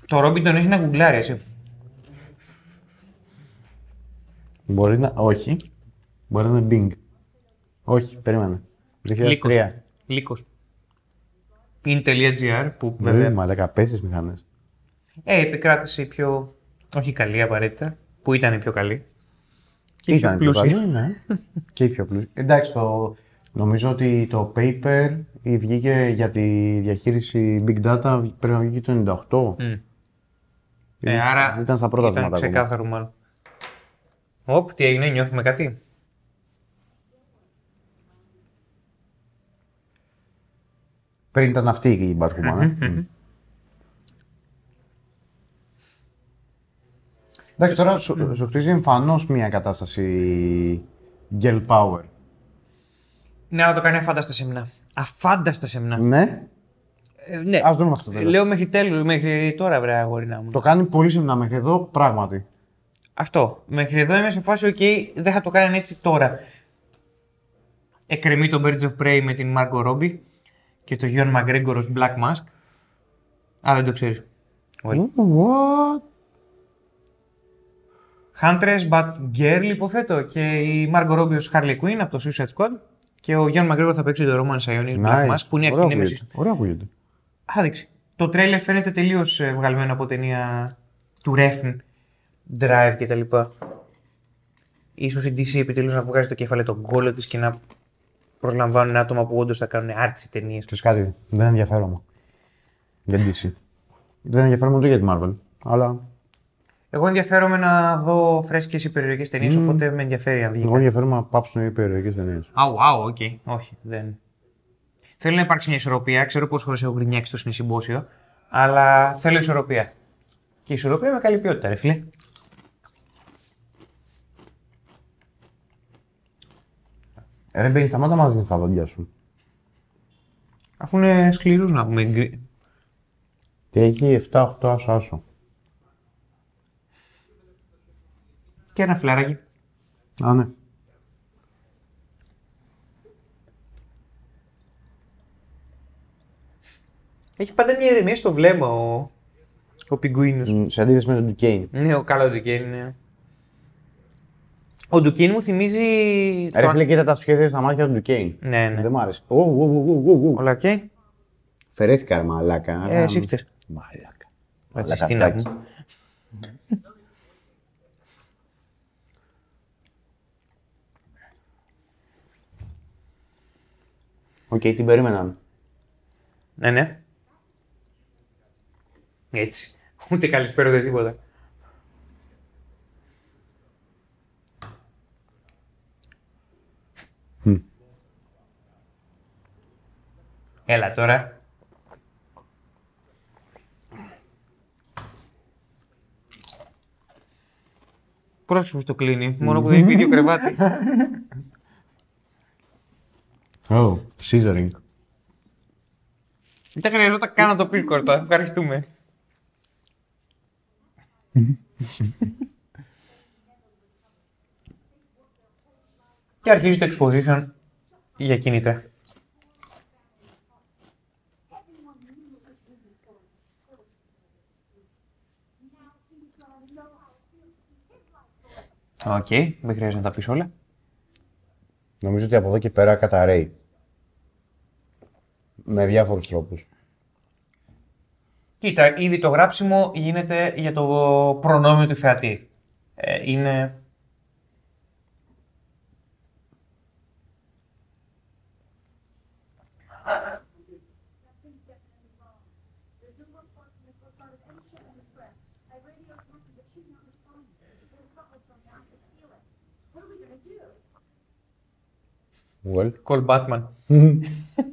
B: Το Ρόμπιν τον έχει να γκουγκλάρει, εσύ.
A: Μπορεί να. Όχι. Μπορεί να είναι Bing. Όχι, περίμενε. 2003.
B: Λύκος. In.gr που
A: Βέβαια.
B: βέβαια.
A: Μαλάκα, πέσει μηχανές.
B: Ε, επικράτησε η πιο. Όχι καλή απαραίτητα. Που ήταν η πιο καλή. Και η
A: Ήταν
B: πιο πλούσια.
A: καλή, ναι. και η πιο πλούσια. Εντάξει, το... νομίζω ότι το paper ή βγήκε για τη διαχείριση big data πρέπει να βγήκε το 98.
B: Μμ.
A: Ήταν-
B: Ε, άρα
A: Ήταν στα πρώτα
B: ήταν
A: βήματα. ακόμα.
B: ξεκάθαρο μάλλον. Οπ, τι έγινε, νιώθουμε κάτι.
A: Πριν ήταν αυτή η Bad Woman, ε. Εντάξει, τώρα σου, σου χτίζει εμφανώς μια κατάσταση girl power.
B: Ναι, αλλά το κάνει αφάνταστα σεμνά. Αφάνταστα σεμνά.
A: Ναι,
B: Ε, ναι.
A: ας δούμε αυτό το
B: Ε,
A: τέλος.
B: Λέω μέχρι τέλους, μέχρι τώρα, βρε αγόρινα μου.
A: Το κάνει πολύ σύμφωνα μέχρι εδώ, πράγματι.
B: Αυτό. Μέχρι εδώ είμαι σε φάση, οκ, δεν θα το κάνανε έτσι τώρα. Εκκρεμεί το Birds of Prey με την Μάργκο Ρόμπι και το Γιον Μαγκρέγκορο ως Black Mask. Α, δεν το ξέρεις.
A: What?
B: Huntress, but girl υποθέτω και η Μάργκο Ρόμπι ως Harley Quinn από το Suicide Squad και ο Γιον Μαγκρέγκορο θα παίξει το Roman Sionis Black Mask που είναι η
A: Ωραία
B: αρχή
A: ακούγεται.
B: νέμεση.
A: Ωραία ακούγεται.
B: Θα δείξει. Το τρέλερ φαίνεται τελείως βγαλμένο από ταινία του Refn, Drive κτλ. Ίσως η DC επιτέλους να βγάζει το κεφάλι τον κόλλο της και να προσλαμβάνουν άτομα που όντως θα κάνουν άρτσι ταινίες.
A: Ξέρεις κάτι, δεν ενδιαφέρομαι. Για την DC. δεν ενδιαφέρομαι ούτε για τη Marvel. Αλλά
B: Εγώ ενδιαφέρομαι να δω φρέσκες ή περιοχέ ταινίε, οπότε με ενδιαφέρει αν βγει.
A: εγώ ενδιαφέρομαι να πάψουν οι περιοχές ταινίες.
B: Αου, αου, οκ. Όχι, δεν. Θέλω να υπάρξει μια ισορροπία. Ξέρω πόσες φορές έχω γκρινιάξει στο συνεισυμπόσιο, αλλά θέλω ισορροπία. Και ισορροπία με καλή ποιότητα, ρε φίλε.
A: Ρε μπαίνει, σταμάτα μαζί στα δόντια σου.
B: Αφού είναι σκληρούς να πούμε. γκρι-
A: Και εκεί 7-8 άσο άσο.
B: Και ένα φλαράκι.
A: Α, ναι.
B: Έχει πάντα μια ηρεμία στο βλέμμα ο, ο πιγκουίνος.
A: Μ, Σε αντίθεση με τον Ντουκέιν.
B: Ναι, ο καλό Ντουκέιν είναι. Ο Ντουκέιν μου θυμίζει.
A: Ρε φίλε, κοίτα τα σχέδια στα μάτια του Ντουκέιν.
B: Ναι, ναι.
A: Δεν μ' άρεσε. Ου, ου, ου, ου, ου, ου.
B: Όλα οκ.
A: Φερέθηκα, ρε μαλάκα.
B: Ε,
A: Άρα,
B: εσύ φταίς.
A: Μαλάκα.
B: Ρατσιστή να
A: τάξη.
B: πούμε.
A: Οκ, την περίμεναν.
B: Ναι, ναι. Έτσι. Ούτε καλησπέρα ούτε τίποτα. Έλα τώρα. Πρόσεξε που στο κλείνει, μόνο που δεν έχει ίδιο κρεβάτι.
A: Oh, scissoring.
B: Δεν χρειαζόταν καν να το πεις Κώστα, ευχαριστούμε. και αρχίζει το exposition για κινητά. Οκ, δεν χρειάζεται να τα πεις όλα.
A: Νομίζω ότι από εδώ και πέρα καταραίει. Με διάφορους τρόπους.
B: Κοίτα, ήδη το γράψιμο γίνεται για το προνόμιο του θεατή. Ε, είναι...
A: Well.
B: Call Batman. Mm-hmm.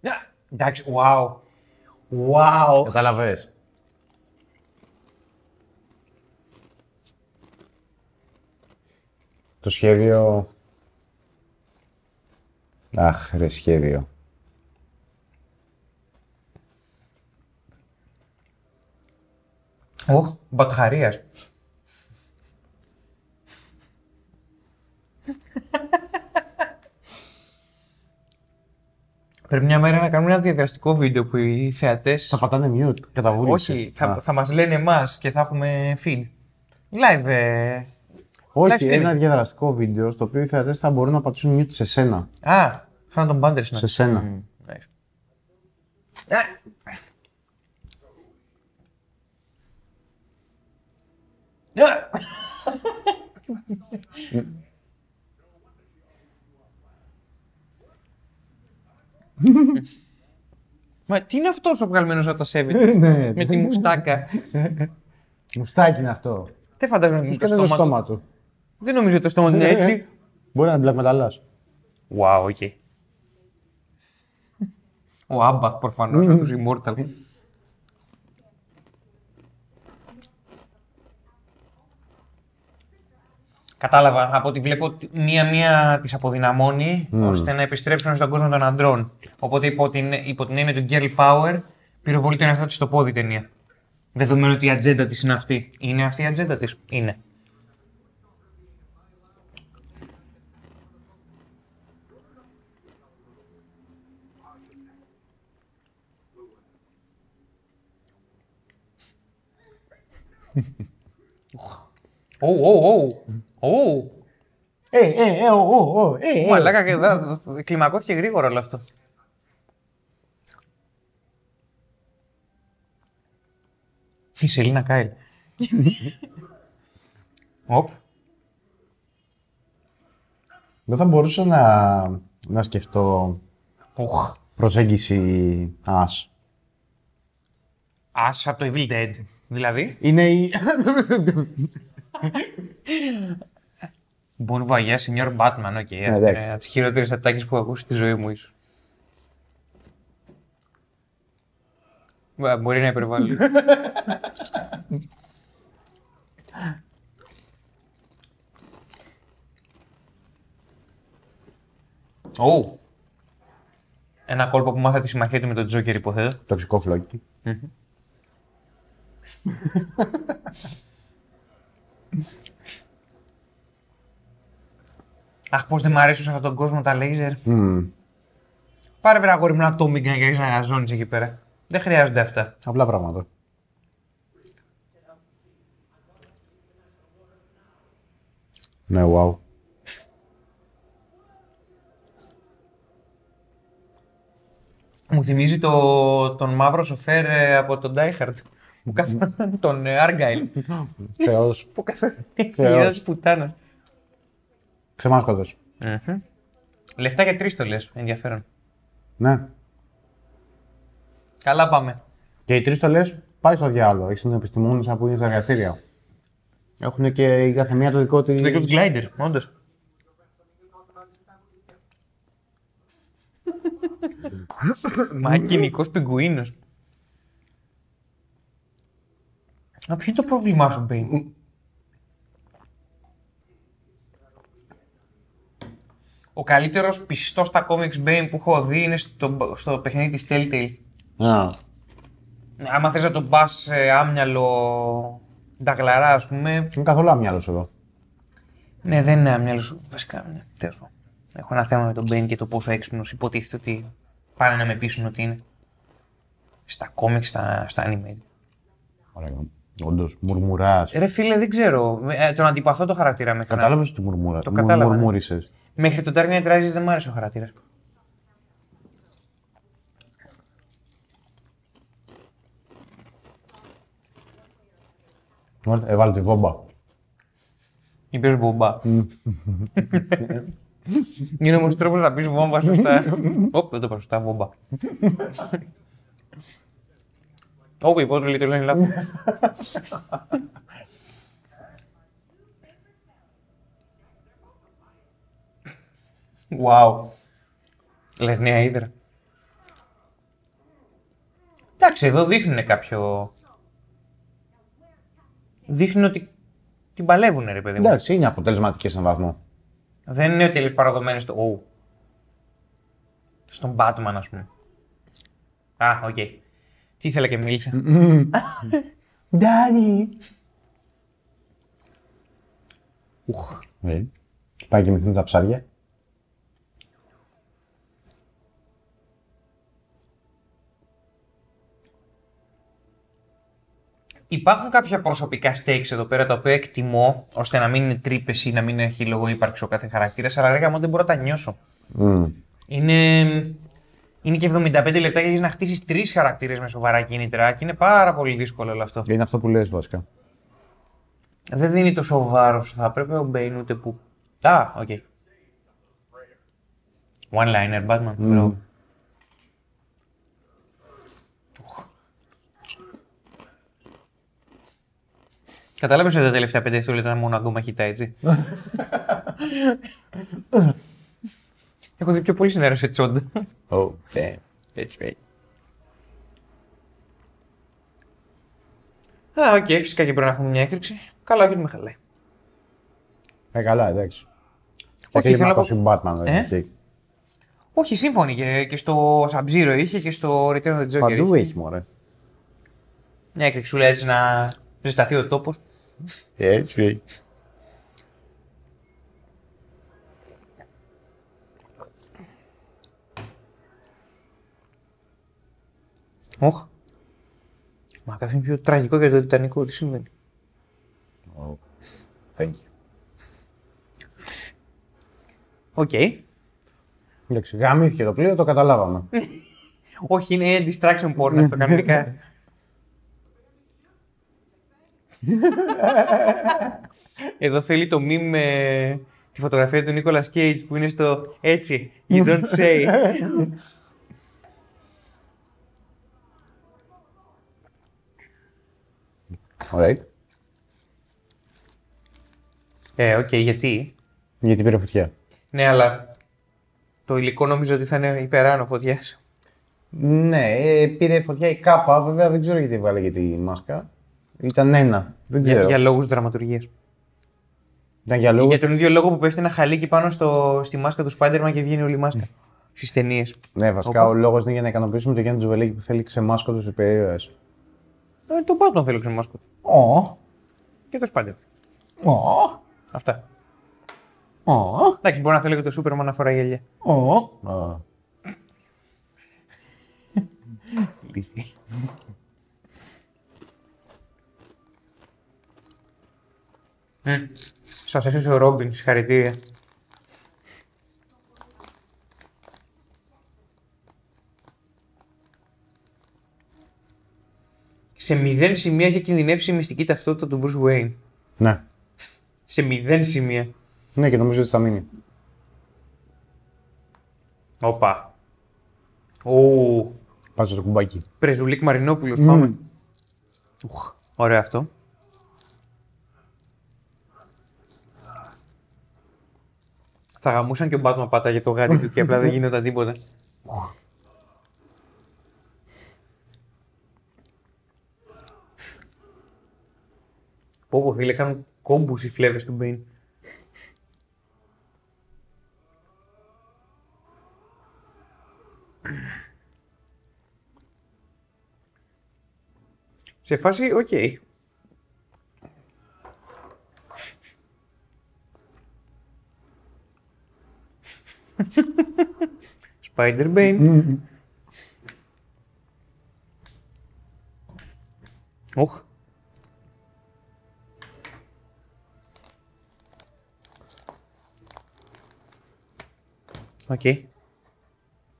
B: Ναι, Εντάξει, wow. Wow.
A: Κατάλαβες. Το σχέδιο... Αχ, ρε σχέδιο.
B: Οχ, μπατχαρίας. Πρέπει μια μέρα να κάνουμε ένα διαδραστικό βίντεο που οι θεατές.
A: Θα πατάνε mute κατά βούληση.
B: Όχι,
A: Α.
B: θα, θα μας λένε εμάς και θα έχουμε feed. Live. ε.
A: Όχι,
B: Live streaming.
A: ένα διαδραστικό βίντεο στο οποίο οι θεατές θα μπορούν να πατήσουν mute σε σένα.
B: Α, σαν τον πάντρε να
A: Σε σένα.
B: Μμμ, εντάξει. Α, Α. Ε. Μα τι είναι αυτός ο βγαλμένος από τα 70
A: ναι,
B: με τη μουστάκα.
A: Μουστάκι είναι αυτό.
B: Δεν φαντάζομαι ότι είναι
A: Τι
B: το
A: κάνει το
B: στόμα Ε, του.
A: στόμα του.
B: Δεν νομίζω ότι το στόμα του είναι έτσι.
A: Μπορεί να είναι black μεταλλά.
B: Wow, οκ. Ο Άμπαθ προφανώς, από τους Immortal. Κατάλαβα, από ό,τι βλέπω τι- μία-μία τις αποδυναμώνει ώστε να επιστρέψουν στον κόσμο των αντρών. Οπότε υπό την, υπό την έννοια του Girl Power πυροβολεί τον εαυτό της στο πόδι η ταινία. Δεδομένου ότι η ατζέντα της είναι αυτή. Είναι αυτή η ατζέντα της. Είναι. Ω, ω, ω, ω.
A: Ε, ε, ε, ο, ο, ο, ε, ε.
B: Μαλάκα, και δα- δα- κλιμακώθηκε γρήγορα όλο αυτό. Η Σελίνα Κάιλ. Οπ.
A: Δεν θα μπορούσα να, να σκεφτώ
B: Ουχ.
A: προσέγγιση ας.
B: Ας από το Evil Dead. Δηλαδή,
A: Είναι η...
B: Bon Voyage, Senior Batman, οκ. Okay,
A: εντάξει.
B: από τις χειρότερες ατάκες που έχω ακούσει στη ζωή μου, ίσως. Μπα, Μπορεί να υπερβάλλει. Ω! Ένα κόλπο που μάθα τη συμμαχία του με τον Τζόκερ, υποθέτω.
A: Τοξικό φλόγι.
B: Αχ, πώς δεν μ' αρέσουν σε αυτόν τον κόσμο τα λέιζερ.
A: Μμμ.
B: Πάρε βρε αγόρι μου ένα τόμιγκ να γυρίσεις να γαζώνεις εκεί πέρα. Δεν χρειάζονται αυτά.
A: Απλά πράγματα. Ναι, wow.
B: Μου θυμίζει το, τον μαύρο σοφέρ ε, από τον Die Hard. Που καθόταν τον ε, Argyle.
A: Ε, Θεός.
B: που καθόταν έτσι,
A: Θεός.
B: ένας πουτάνας.
A: Ξεμάσκοντας.
B: Λεφτά για τρεις το λες, ενδιαφέρον.
A: Ναι.
B: Καλά πάμε.
A: Και οι τρεις το λες, πάει στο διάλογο. Έχεις την επιστημόνισσα που είναι στα εργαστήρια. Έχουν και η καθεμία το δικό της.
B: Το δικό τους Glider, όντως. Μα κοινικός πιγκουίνος. Α, ποιο είναι το πρόβλημά σου, Μπέιν. Ο καλύτερος πιστός στα comics Bane που έχω δει είναι στο, στο παιχνίδι της Telltale. Άμα θες να τον πας ε, άμυαλο νταγλαρά, ας πούμε,
A: Είναι καθόλου άμυαλος εδώ.
B: ναι, δεν είναι μυαλό σου. Βασικά, ναι. Τέλος πάντων. Έχω ένα θέμα με τον Μπέιν και το πόσο έξυπνος υποτίθεται ότι πάνε να με πείσουν ότι είναι. Στα κόμικ, στα, στα animated.
A: Ωραία. Όντως, μουρμουράς.
B: Ρε φίλε, δεν ξέρω. Ε, τον αντιπαθώ το χαρακτήρα μέχρι, να...
A: Κατάλαβε ότι μουρμούρα. ναι. Το
B: κατάλαβα, ναι.
A: Μουρμούρισες.
B: μέχρι το Dark Knight Rises δεν μου άρεσε ο χαρακτήρας.
A: Έβαλε ε, τη βόμπα.
B: Είπες βόμπα. είναι όμως τρόπος να πεις βόμβα σωστά. Όπ, δεν το είπα σωστά, βόμπα. Όπου υπότιτλοι λέει το λένε λάθος. Wow. Λερναία ύδρα. Εντάξει, εδώ δείχνουν κάποιο... Δείχνουν ότι την παλεύουνε, ρε παιδί μου.
A: Εντάξει, είναι αποτελεσματική σε έναν βαθμό.
B: Δεν είναι τελείω παραδομένες στο. Ου. Στον Batman, ας πούμε. Α, οκ. Τι ήθελα και μίλησα.
A: Ντάνι!
B: Ουχ.
A: Ε, Πάει και μυθεί με τα ψάρια.
B: Υπάρχουν κάποια προσωπικά stakes εδώ πέρα τα οποία εκτιμώ ώστε να μην είναι τρύπες ή να μην έχει λόγο ύπαρξης ο κάθε χαρακτήρας, αλλά ρε γαμώ, δεν μπορώ να τα νιώσω. Είναι, είναι και 75 λεπτά για να χτίσεις τρεις χαρακτήρες με σοβαρά κίνητρα και είναι πάρα πολύ δύσκολο όλο αυτό.
A: Είναι αυτό που λες βασικά.
B: Δεν δίνει τόσο βάρο θα έπρεπε ο Μπέιν ούτε που. Α, οκ. One liner, Batman.
A: Mm. Ναι.
B: Μπράβο. Κατάλαβε ότι τα τελευταία πέντε δευτερόλεπτα ήταν μόνο ακόμα χιτά, έτσι. Έχω δει πιο πολύ συνέρω σε τσόντα.
A: Oh, damn. Bitch, bitch.
B: Α, οκ, φυσικά και πρέπει να έχουμε μια έκρηξη. Καλά, όχι, δεν με χαλάει.
A: Ε, καλά, εντάξει.
B: Όχι,
A: Όχι,
B: θέλω
A: ήθελα
B: να
A: να
B: πω-
A: πω Batman, δεν
B: Ε?
A: έχει.
B: Όχι, σύμφωνοι και, και στο Sub-Zero είχε και στο Return of the Joker.
A: Παντού
B: είχε.
A: έχει, μωρέ.
B: Μια έκρηξούλα έτσι να ζεσταθεί ο τόπος.
A: Έτσι.
B: Όχ. Μα κάθε είναι πιο τραγικό για το Τιτανικό, τι συμβαίνει.
A: Thank you.
B: Οκ.
A: Εντάξει, γαμήθηκε το πλοίο, το καταλάβαμε.
B: Όχι, είναι distraction porn αυτό κανονικά. Εδώ θέλει το meme με τη φωτογραφία του Νίκολα Cage που είναι στο έτσι, you don't say.
A: Ωραία.
B: ε, οκ, γιατί.
A: Γιατί πήρε φωτιά.
B: Ναι, αλλά το υλικό νόμιζα ότι θα είναι υπεράνω φωτιάς.
A: Ναι, ε, πήρε φωτιά η κάπα, βέβαια δεν ξέρω γιατί έβγαλε για τη μάσκα. Ήταν ένα. Δεν
B: Για,
A: ξέρω.
B: για λόγους δραματουργίας.
A: Ήταν για λόγους.
B: Για τον ίδιο λόγο που πέφτει ένα χαλίκι πάνω στο, στη μάσκα του Spider-Man και βγαίνει όλη η μάσκα. Στις ταινίες.
A: Ναι, βασικά
B: Οπα.
A: ο λόγος είναι για να ικανοποιήσουμε τον Γιάννη Τζουβελέκη που θέλει ξεμάσκο τους υπερήρωες.
B: Ε, τον Batman θέλω ξεμάσκο.
A: Ω,
B: Και το Spider-Man.
A: ω,
B: Αυτά.
A: ω,
B: Εντάξει, μπορεί να θέλω και το Superman να φοράει γυαλιά.
A: ω.
B: Σα Ε. έσωσε ο Ρόμπιν, συγχαρητήρια. Σε μηδέν σημεία είχε κινδυνεύσει η μυστική ταυτότητα του Bruce Wayne.
A: Ναι.
B: Σε μηδέν σημεία.
A: Ναι, και νομίζω ότι θα μείνει.
B: Όπα. Ου.
A: Πάτσο το κουμπάκι.
B: Πρεζουλίκ Μαρινόπουλος, πάμε. Ουχ, ωραίο αυτό. Θα γαμούσαν και ο Batman πάτα για το γάτι του και απλά δεν γινόταν τίποτα. Πω πω φίλε, κάνουν κόμπους οι φλέβες του Μπέιν. Σε φάση, οκ. Spider Bane. Οχ. Οκ.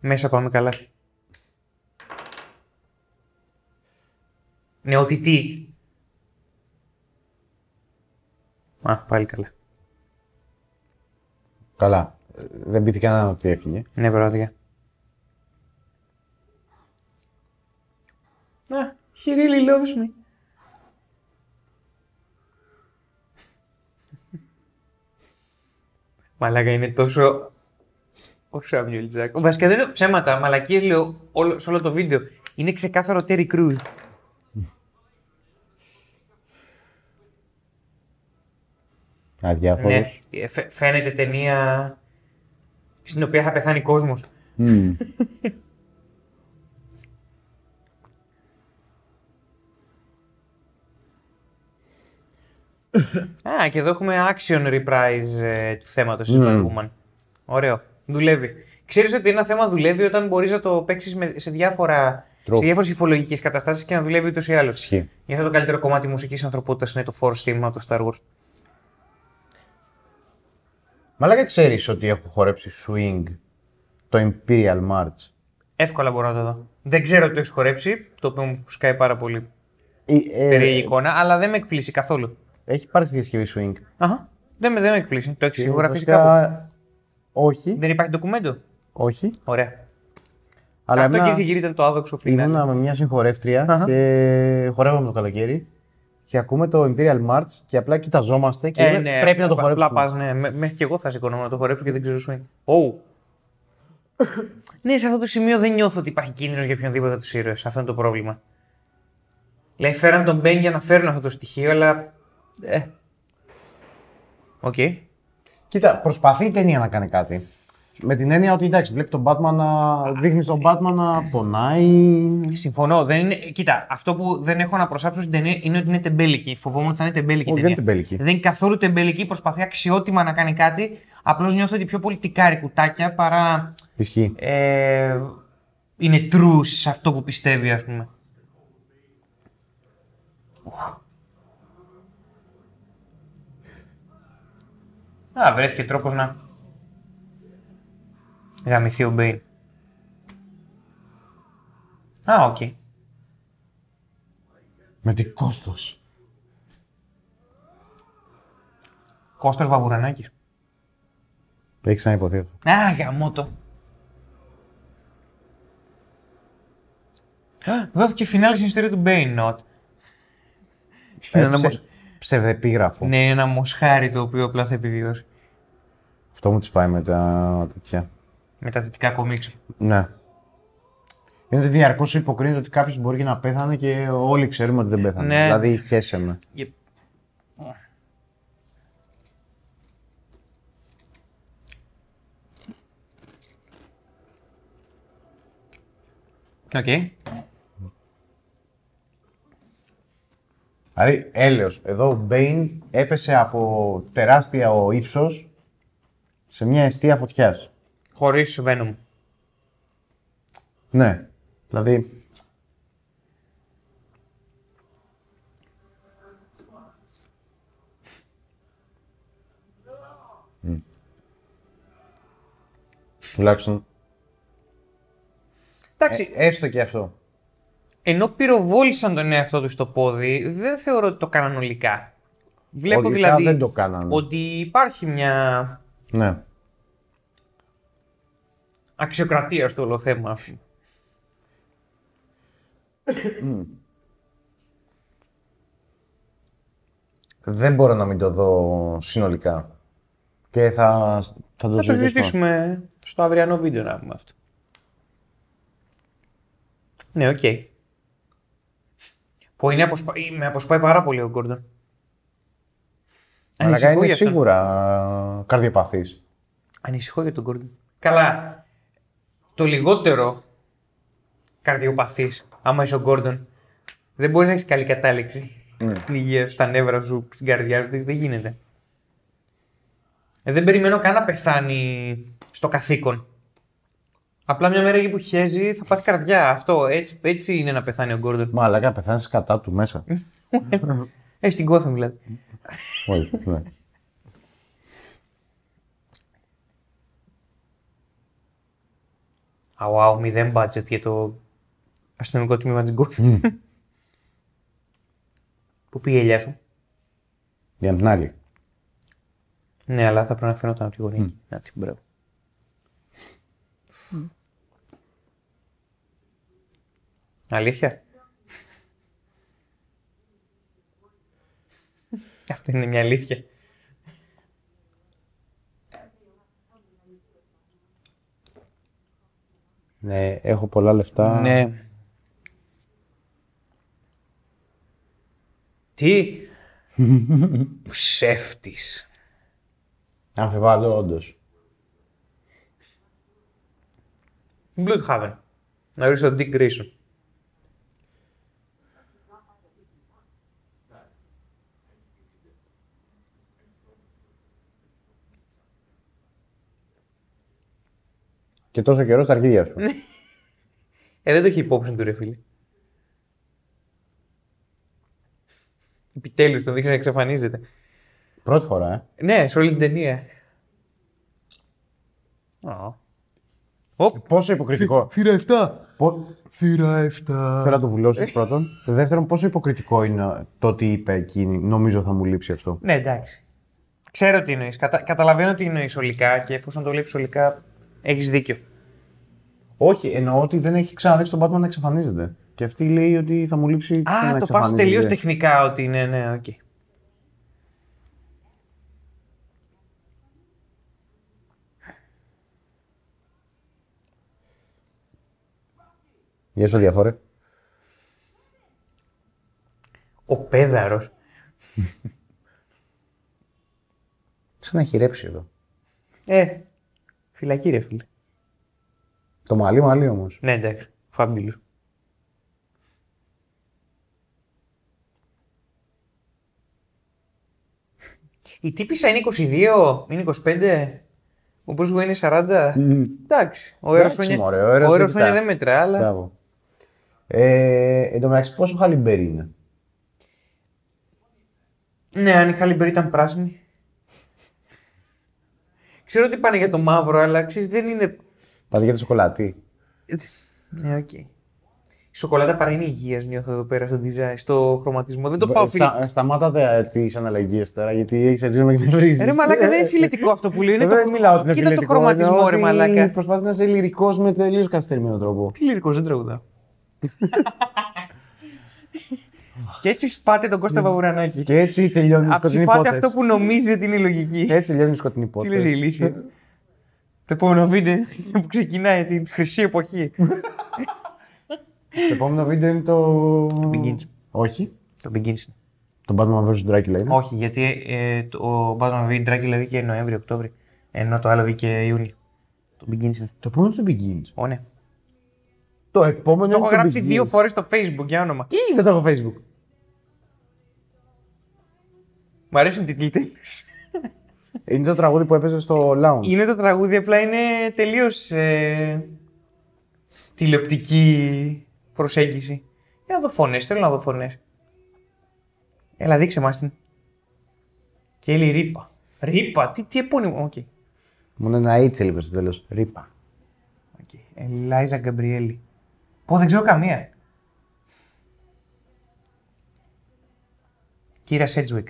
B: Μέσα πάμε καλά. Νεοτητή. Α, πάλι καλά.
A: Καλά. Ε, Δεν πήθηκε κανένα ότι έφυγε.
B: Ναι, πραγματικά. Α, he really loves me. Μαλάκα είναι τόσο... Ο Σάμιουελ Τζάκ. Βασικά δεν είναι ψέματα, μαλακίες λέω όλο, σε όλο το βίντεο. Είναι ξεκάθαρο Terry Crews.
A: Αδιάφορος.
B: Ναι, ε, φαι- φαίνεται ταινία στην οποία θα πεθάνει κόσμος.
A: Μμμ.
B: Α, και εδώ έχουμε action reprise ε, του θέματος mm. Woman. Ωραίο. Δουλεύει. Ξέρεις ότι ένα θέμα δουλεύει όταν μπορείς να το παίξεις με, σε διάφορα σε διάφορες υφολογικές καταστάσεις και να δουλεύει ούτως ή άλλως.
A: Ισχύει.
B: Γι' αυτό το καλύτερο κομμάτι μουσικής ανθρωπότητας είναι το Force Theme από το Star Wars.
A: Μαλάκα ξέρεις ότι έχω χορέψει swing το Imperial March.
B: Εύκολα μπορώ να το δω. Δεν ξέρω ότι το έχεις χορέψει, το οποίο μου φουσκάει πάρα πολύ
A: Ε, ε,
B: περίεργη εικόνα, αλλά δεν με εκπλήσει καθόλου.
A: έχει υπάρξει διασκευή swing.
B: Αχα. Δεν με, δεν με εκπλήσει. Το έχεις σιγουραφίσει
A: Βασικά,
B: κάπου.
A: Όχι,
B: Δεν υπάρχει ντοκουμέντο.
A: όχι.
B: Ωραία.
A: Αλλά
B: Αυτό
A: εμένα-
B: και είχε ήταν το άδοξο φινάλι.
A: Ήμουνα με μια συγχωρεύτρια
B: ναι. Αχα.
A: και χορεύαμε το καλοκαίρι. Και ακούμε το Imperial March και απλά κοιταζόμαστε και
B: Ε,
A: λέμε,
B: ναι,
A: πρέπει να το
B: απλά-
A: χορέψουμε.
B: Απλά πας, ναι. Μέ- Μέχρι και εγώ θα σηκώνομαι να το χορέψω και δεν ξέρω swing. Ωου. ναι, σε αυτό το σημείο δεν νιώθω ότι υπάρχει κίνδυνος για οποιονδήποτε τους ήρωες. Αυτό είναι το πρόβλημα. Δηλαδή, φέραν τον Μπέν για να φέρουν αυτό το στοιχείο, αλλά. Ε. Οκ. Ναι,
A: Κοίτα, προ...
C: Προσπαθεί η ταινία να κάνει κάτι. Με την έννοια ότι εντάξει, βλέπει τον Batman να. δείχνει τον Batman να πονάει.
B: Συμφωνώ. Δεν είναι... Κοίτα, αυτό που δεν έχω να προσάψω στην ταινία είναι ότι είναι τεμπέλικη. Φοβόμουν ότι θα είναι τεμπέλικη. η
A: Όχι, δεν
B: ταινία.
A: είναι τεμπέλικη.
B: Δεν είναι καθόλου τεμπέλικη. Προσπαθεί αξιότιμα να κάνει κάτι. Απλώς νιώθω ότι πιο πολιτικάρι κουτάκια παρά
A: Ισχύει.
B: ε, είναι true σε αυτό που πιστεύει, ας πούμε. Οχ. Α, βρέθηκε τρόπος να γαμηθεί ο Μπέιν. Α, οκ.
A: Με τι κόστος.
B: Κώστας Βαβουρανάκης.
A: Έχεις ξαναυποθεί αυτό.
B: Α, γαμώτο. Α, Δόθηκε φινάλη στην ιστορία του Μπέιν, not. Είναι ένα
A: Ε,
B: μοσ-
A: ψε- Ψευδεπίγραφο.
B: Ναι, ένα μοσχάρι το οποίο απλά θα επιβιώσει.
A: Αυτό μου τη πάει με τα τέτοια.
B: Με τα θετικά κομίξ.
A: Ναι.
C: Είναι ότι διαρκώς υποκρίνεται ότι κάποιος μπορεί και να πέθανε και όλοι ξέρουμε ότι δεν πέθανε.
B: Ναι.
A: Δηλαδή, χέσε με.
B: Yep. Οκ.
A: Δηλαδή, έλεος. Εδώ ο Μπέιν έπεσε από τεράστια ο ύψος σε μια αιστεία φωτιάς.
B: Χωρίς Venom.
A: Ναι. Δηλαδή, τουλάχιστον
B: Εντάξει,
A: ε, έστω και αυτό. Ε.
B: ενώ πυροβόλησαν τον εαυτό τους στο πόδι, δεν θεωρώ ότι το κάναν ολικά. Βλέπω
A: Ολικά
B: δηλαδή
A: δεν το κάνανε.
B: ότι υπάρχει μια
A: Ναι.
B: αξιοκρατία στο όλο θέμα. ας πούμε.
A: Δεν μπορώ να μην το δω συνολικά. Και θα, θα το
B: Θα το
A: συζητήσουμε.
B: συζητήσουμε στο αυριανό βίντεο να πούμε αυτό. Ναι, οκ. Που είναι αποσπα... ή- με αποσπάει πάρα πολύ ο Γκόρντον.
A: Μαλάκα,
B: Ανησυχώ για
A: είναι
B: αυτόν.
A: σίγουρα καρδιοπαθής.
B: Ανησυχώ για τον Γκόρντον. Καλά. Το λιγότερο καρδιοπαθής, άμα είσαι ο Γκόρντον, δεν μπορείς να έχεις καλή κατάληξη στην υγεία σου, στα νεύρα σου, στην καρδιά σου. Δεν δεν γίνεται. Ε, δεν περιμένω καν να πεθάνει στο καθήκον. Απλά μια μέρα εκεί που χέζει θα πάθει καρδιά. Αυτό έτσι, έτσι είναι να πεθάνει ο Γκόρντον.
A: Μαλάκα, πεθάνεις κατά του μέσα.
B: Ε, στην κόθα δηλαδή.
A: Όχι, ναι.
B: Αουάου, μηδέν budget για το αστυνομικό τμήμα της Γκόθη. Πού πήγε η ελιά σου.
A: Για την άλλη.
B: Ναι, αλλά θα πρέπει να φαινόταν από τη γωνία. εκεί. Να την μπράβο. Αλήθεια. Αυτή είναι μια αλήθεια.
A: Ναι, έχω πολλά λεφτά.
B: Ναι. Τι. Ψεύτης.
A: Αμφιβάλλω, όντως.
B: Bloodhaven. Να ορίσει τον Dick Grayson.
A: Και τόσο καιρό στα αρχίδια σου.
D: Ε, δεν το είχε υπόψη του ρε φίλε. Επιτέλους τον δείχνει να εξαφανίζεται.
A: Πρώτη φορά, ε.
D: Ναι, σε όλη την ταινία. Α. Οπ.
A: Πόσο υποκριτικό.
E: Θύρα 7!
A: Πο...
E: Θύρα 7.
A: Θέλω να το βουλώσω πρώτον. Το δεύτερον, πόσο υποκριτικό είναι το τι είπε εκείνη. Νομίζω θα μου λείψει αυτό.
D: Ναι, εντάξει.
B: Ξέρω τι εννοείς. Κατα... Καταλαβαίνω τι εννοείς ολικά και εφόσον το βλέπει ολικά, έχεις δίκιο.
A: Όχι, εννοώ ότι δεν έχει ξαναδείξει τον Batman να εξαφανίζεται. Και αυτή λέει ότι θα μου λείψει. και
B: Α,
A: να ε.
B: το πας
A: εξαφανίζεται.
B: τελείω τεχνικά ότι είναι, ναι, οκ.
A: Γεια σου, διαφορέ.
D: Ο Πέδαρος.
A: Σαν να χειρέψει εδώ.
D: Ε, φυλακή ρε φίλε.
A: Το μαλλί, μαλλί όμως.
D: Ναι, εντάξει. Φάμπιλος.
B: Η τύπησα είναι 22, είναι 25, ο Bruce Wayne είναι 40. Εντάξει, ο
A: Εντάξει,
B: Εροσόνια
A: μωρέ, ο Έρας δεν κοιτά.
B: δεν μετρά, αλλά
A: Μπράβο. Ε, εν τω μεταξύ, πόσο χαλιμπέρι είναι.
B: ναι, αν η Χαλιμπερή ήταν πράσινη. Ξέρω ότι πάνε για το μαύρο, αλλά ξέρεις, δεν είναι...
A: Πάτε για το σοκολάτι.
B: Ναι, οκ. Η σοκολάτα παρά είναι υγείας, νιώθω εδώ πέρα στο design, στο χρωματισμό. Δεν το πάω φίλε.
A: Στα, σταμάτατε τις αναλογίες τώρα, γιατί έχεις αρχίσει να με εκνευρίζει.
B: Ε, Ρε μαλάκα, δεν είναι φιλετικό αυτό που λέω. Είναι το...
A: Ε, Δεν μιλάω ότι είναι
B: Κοίτα το
A: φιλετικό, εννοώ
B: χρωματισμό, ρε
A: ότι
B: μαλάκα.
A: Προσπαθεί να είσαι λυρικός με τελείως καθυστερημένο τρόπο.
D: Τι λυρικός, δεν τραγουδάω.
B: Και έτσι σπάτε τον Κώστα Βαβουρανάκη.
A: Ναι. Και έτσι τελειώνει η σκοτεινή
B: Αψηφάτε
A: πότες.
B: αυτό που νομίζει ότι είναι η λογική.
A: Έτσι τελειώνει η σκοτεινή
B: Τι
A: πότες.
B: λες η ηλίθεια. Το επόμενο βίντεο είναι που ξεκινάει την χρυσή εποχή.
A: Το επόμενο βίντεο είναι το. Το
B: Begins.
A: Όχι.
B: το Begins.
A: Το Batman vs. Dracula είναι.
B: Όχι, γιατί ε, το- ο Batman V Dracula βγήκε Νοέμβριο-Οκτώβριο, ενώ το άλλο βγήκε Ιούνιο. Το Begins είναι.
A: Το επόμενο είναι το Begins.
B: Ω, ναι.
A: Το επόμενο
B: Το έχω
A: είναι Ναι, το
B: γράψει
A: Begins.
B: δύο φορές στο Facebook για όνομα.
A: Ή δεν το έχω Facebook.
B: Μ' αρέσουν οι τίτλοι τέλους.
A: Είναι το τραγούδι που έπαιζε στο Lounge.
B: Είναι το τραγούδι, απλά είναι τελείως ε, τηλεοπτική προσέγγιση. Για να δω φωνές, θέλω να δω φωνές. Έλα, δείξε μα την. Κέλλη Ρίπα. Ρίπα, τι, τι επώνυμο. Οκ.
A: Μόνο ένα έτσι έλειπε στο τέλος. Ρίπα.
B: οκ. Ελάιζα Γκαμπριέλη. Πω, δεν ξέρω καμία. Κύρα Σέτζουικ.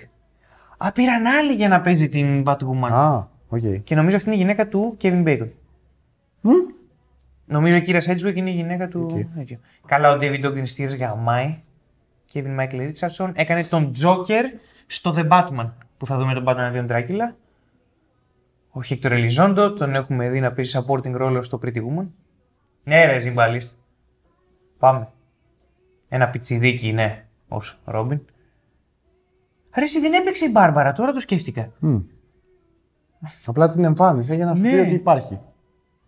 B: Α, πήραν άλλη για να παίζει την Batwoman.
A: Α, οκ. Okay.
B: Και νομίζω αυτή είναι η γυναίκα του Kevin Bacon. Νομίζω η κύρα Sedgwick είναι η γυναίκα του. τέτοιο. Καλά, ο David Ogden Stiers γαμάει. Kevin Michael Richardson έκανε τον Joker στο The Batman που θα δούμε τον Batman αντίον Dracula. Ο Χίκτορ Ελιζόντο τον έχουμε δει να παίζει supporting ρόλο στο Pretty Woman. Ναι, ρε, Zimbalist. Πάμε. Ένα πιτσιδίκι, ναι, ως Ρόμπιν. Ρε, εσύ δεν έπαιξε η Μπάρμπαρα, τώρα το σκέφτηκα.
A: Απλά την εμφάνισε για να σου
B: Ναι.
A: πει ότι υπάρχει.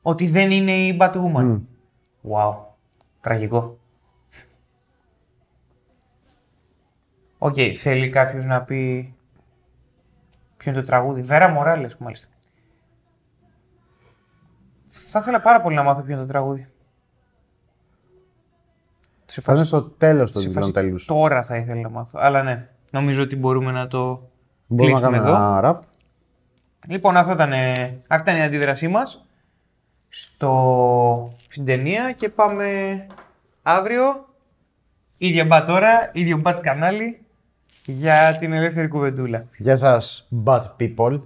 B: Ότι δεν είναι η Batwoman.
A: Μμ.
B: Wow. Τραγικό. Οκ, θέλει κάποιος να πει. Ποιο είναι το τραγούδι. Βέρα Μοράλες, μάλιστα. Θα ήθελα πάρα πολύ να μάθω ποιο είναι το τραγούδι. Σε
A: Θα είναι
B: φάση-
A: στο τέλος
B: σε
A: των τίτλων
B: φάση
A: τέλου.
B: Τώρα θα ήθελα να μάθω. Αλλά ναι, νομίζω ότι μπορούμε να το
A: Μπορούμε να
B: κλείσουμε
A: κάνουμε
B: εδώ.
A: ένα ραπ.
B: Λοιπόν, αυτό ήταν, ε, αυτή ήταν η αντίδρασή μας στο, στην ταινία και πάμε αύριο, ίδια μπατ ώρα, ίδιο μπατ κανάλι για την ελεύθερη κουβεντούλα.
A: Γεια σας, bad people.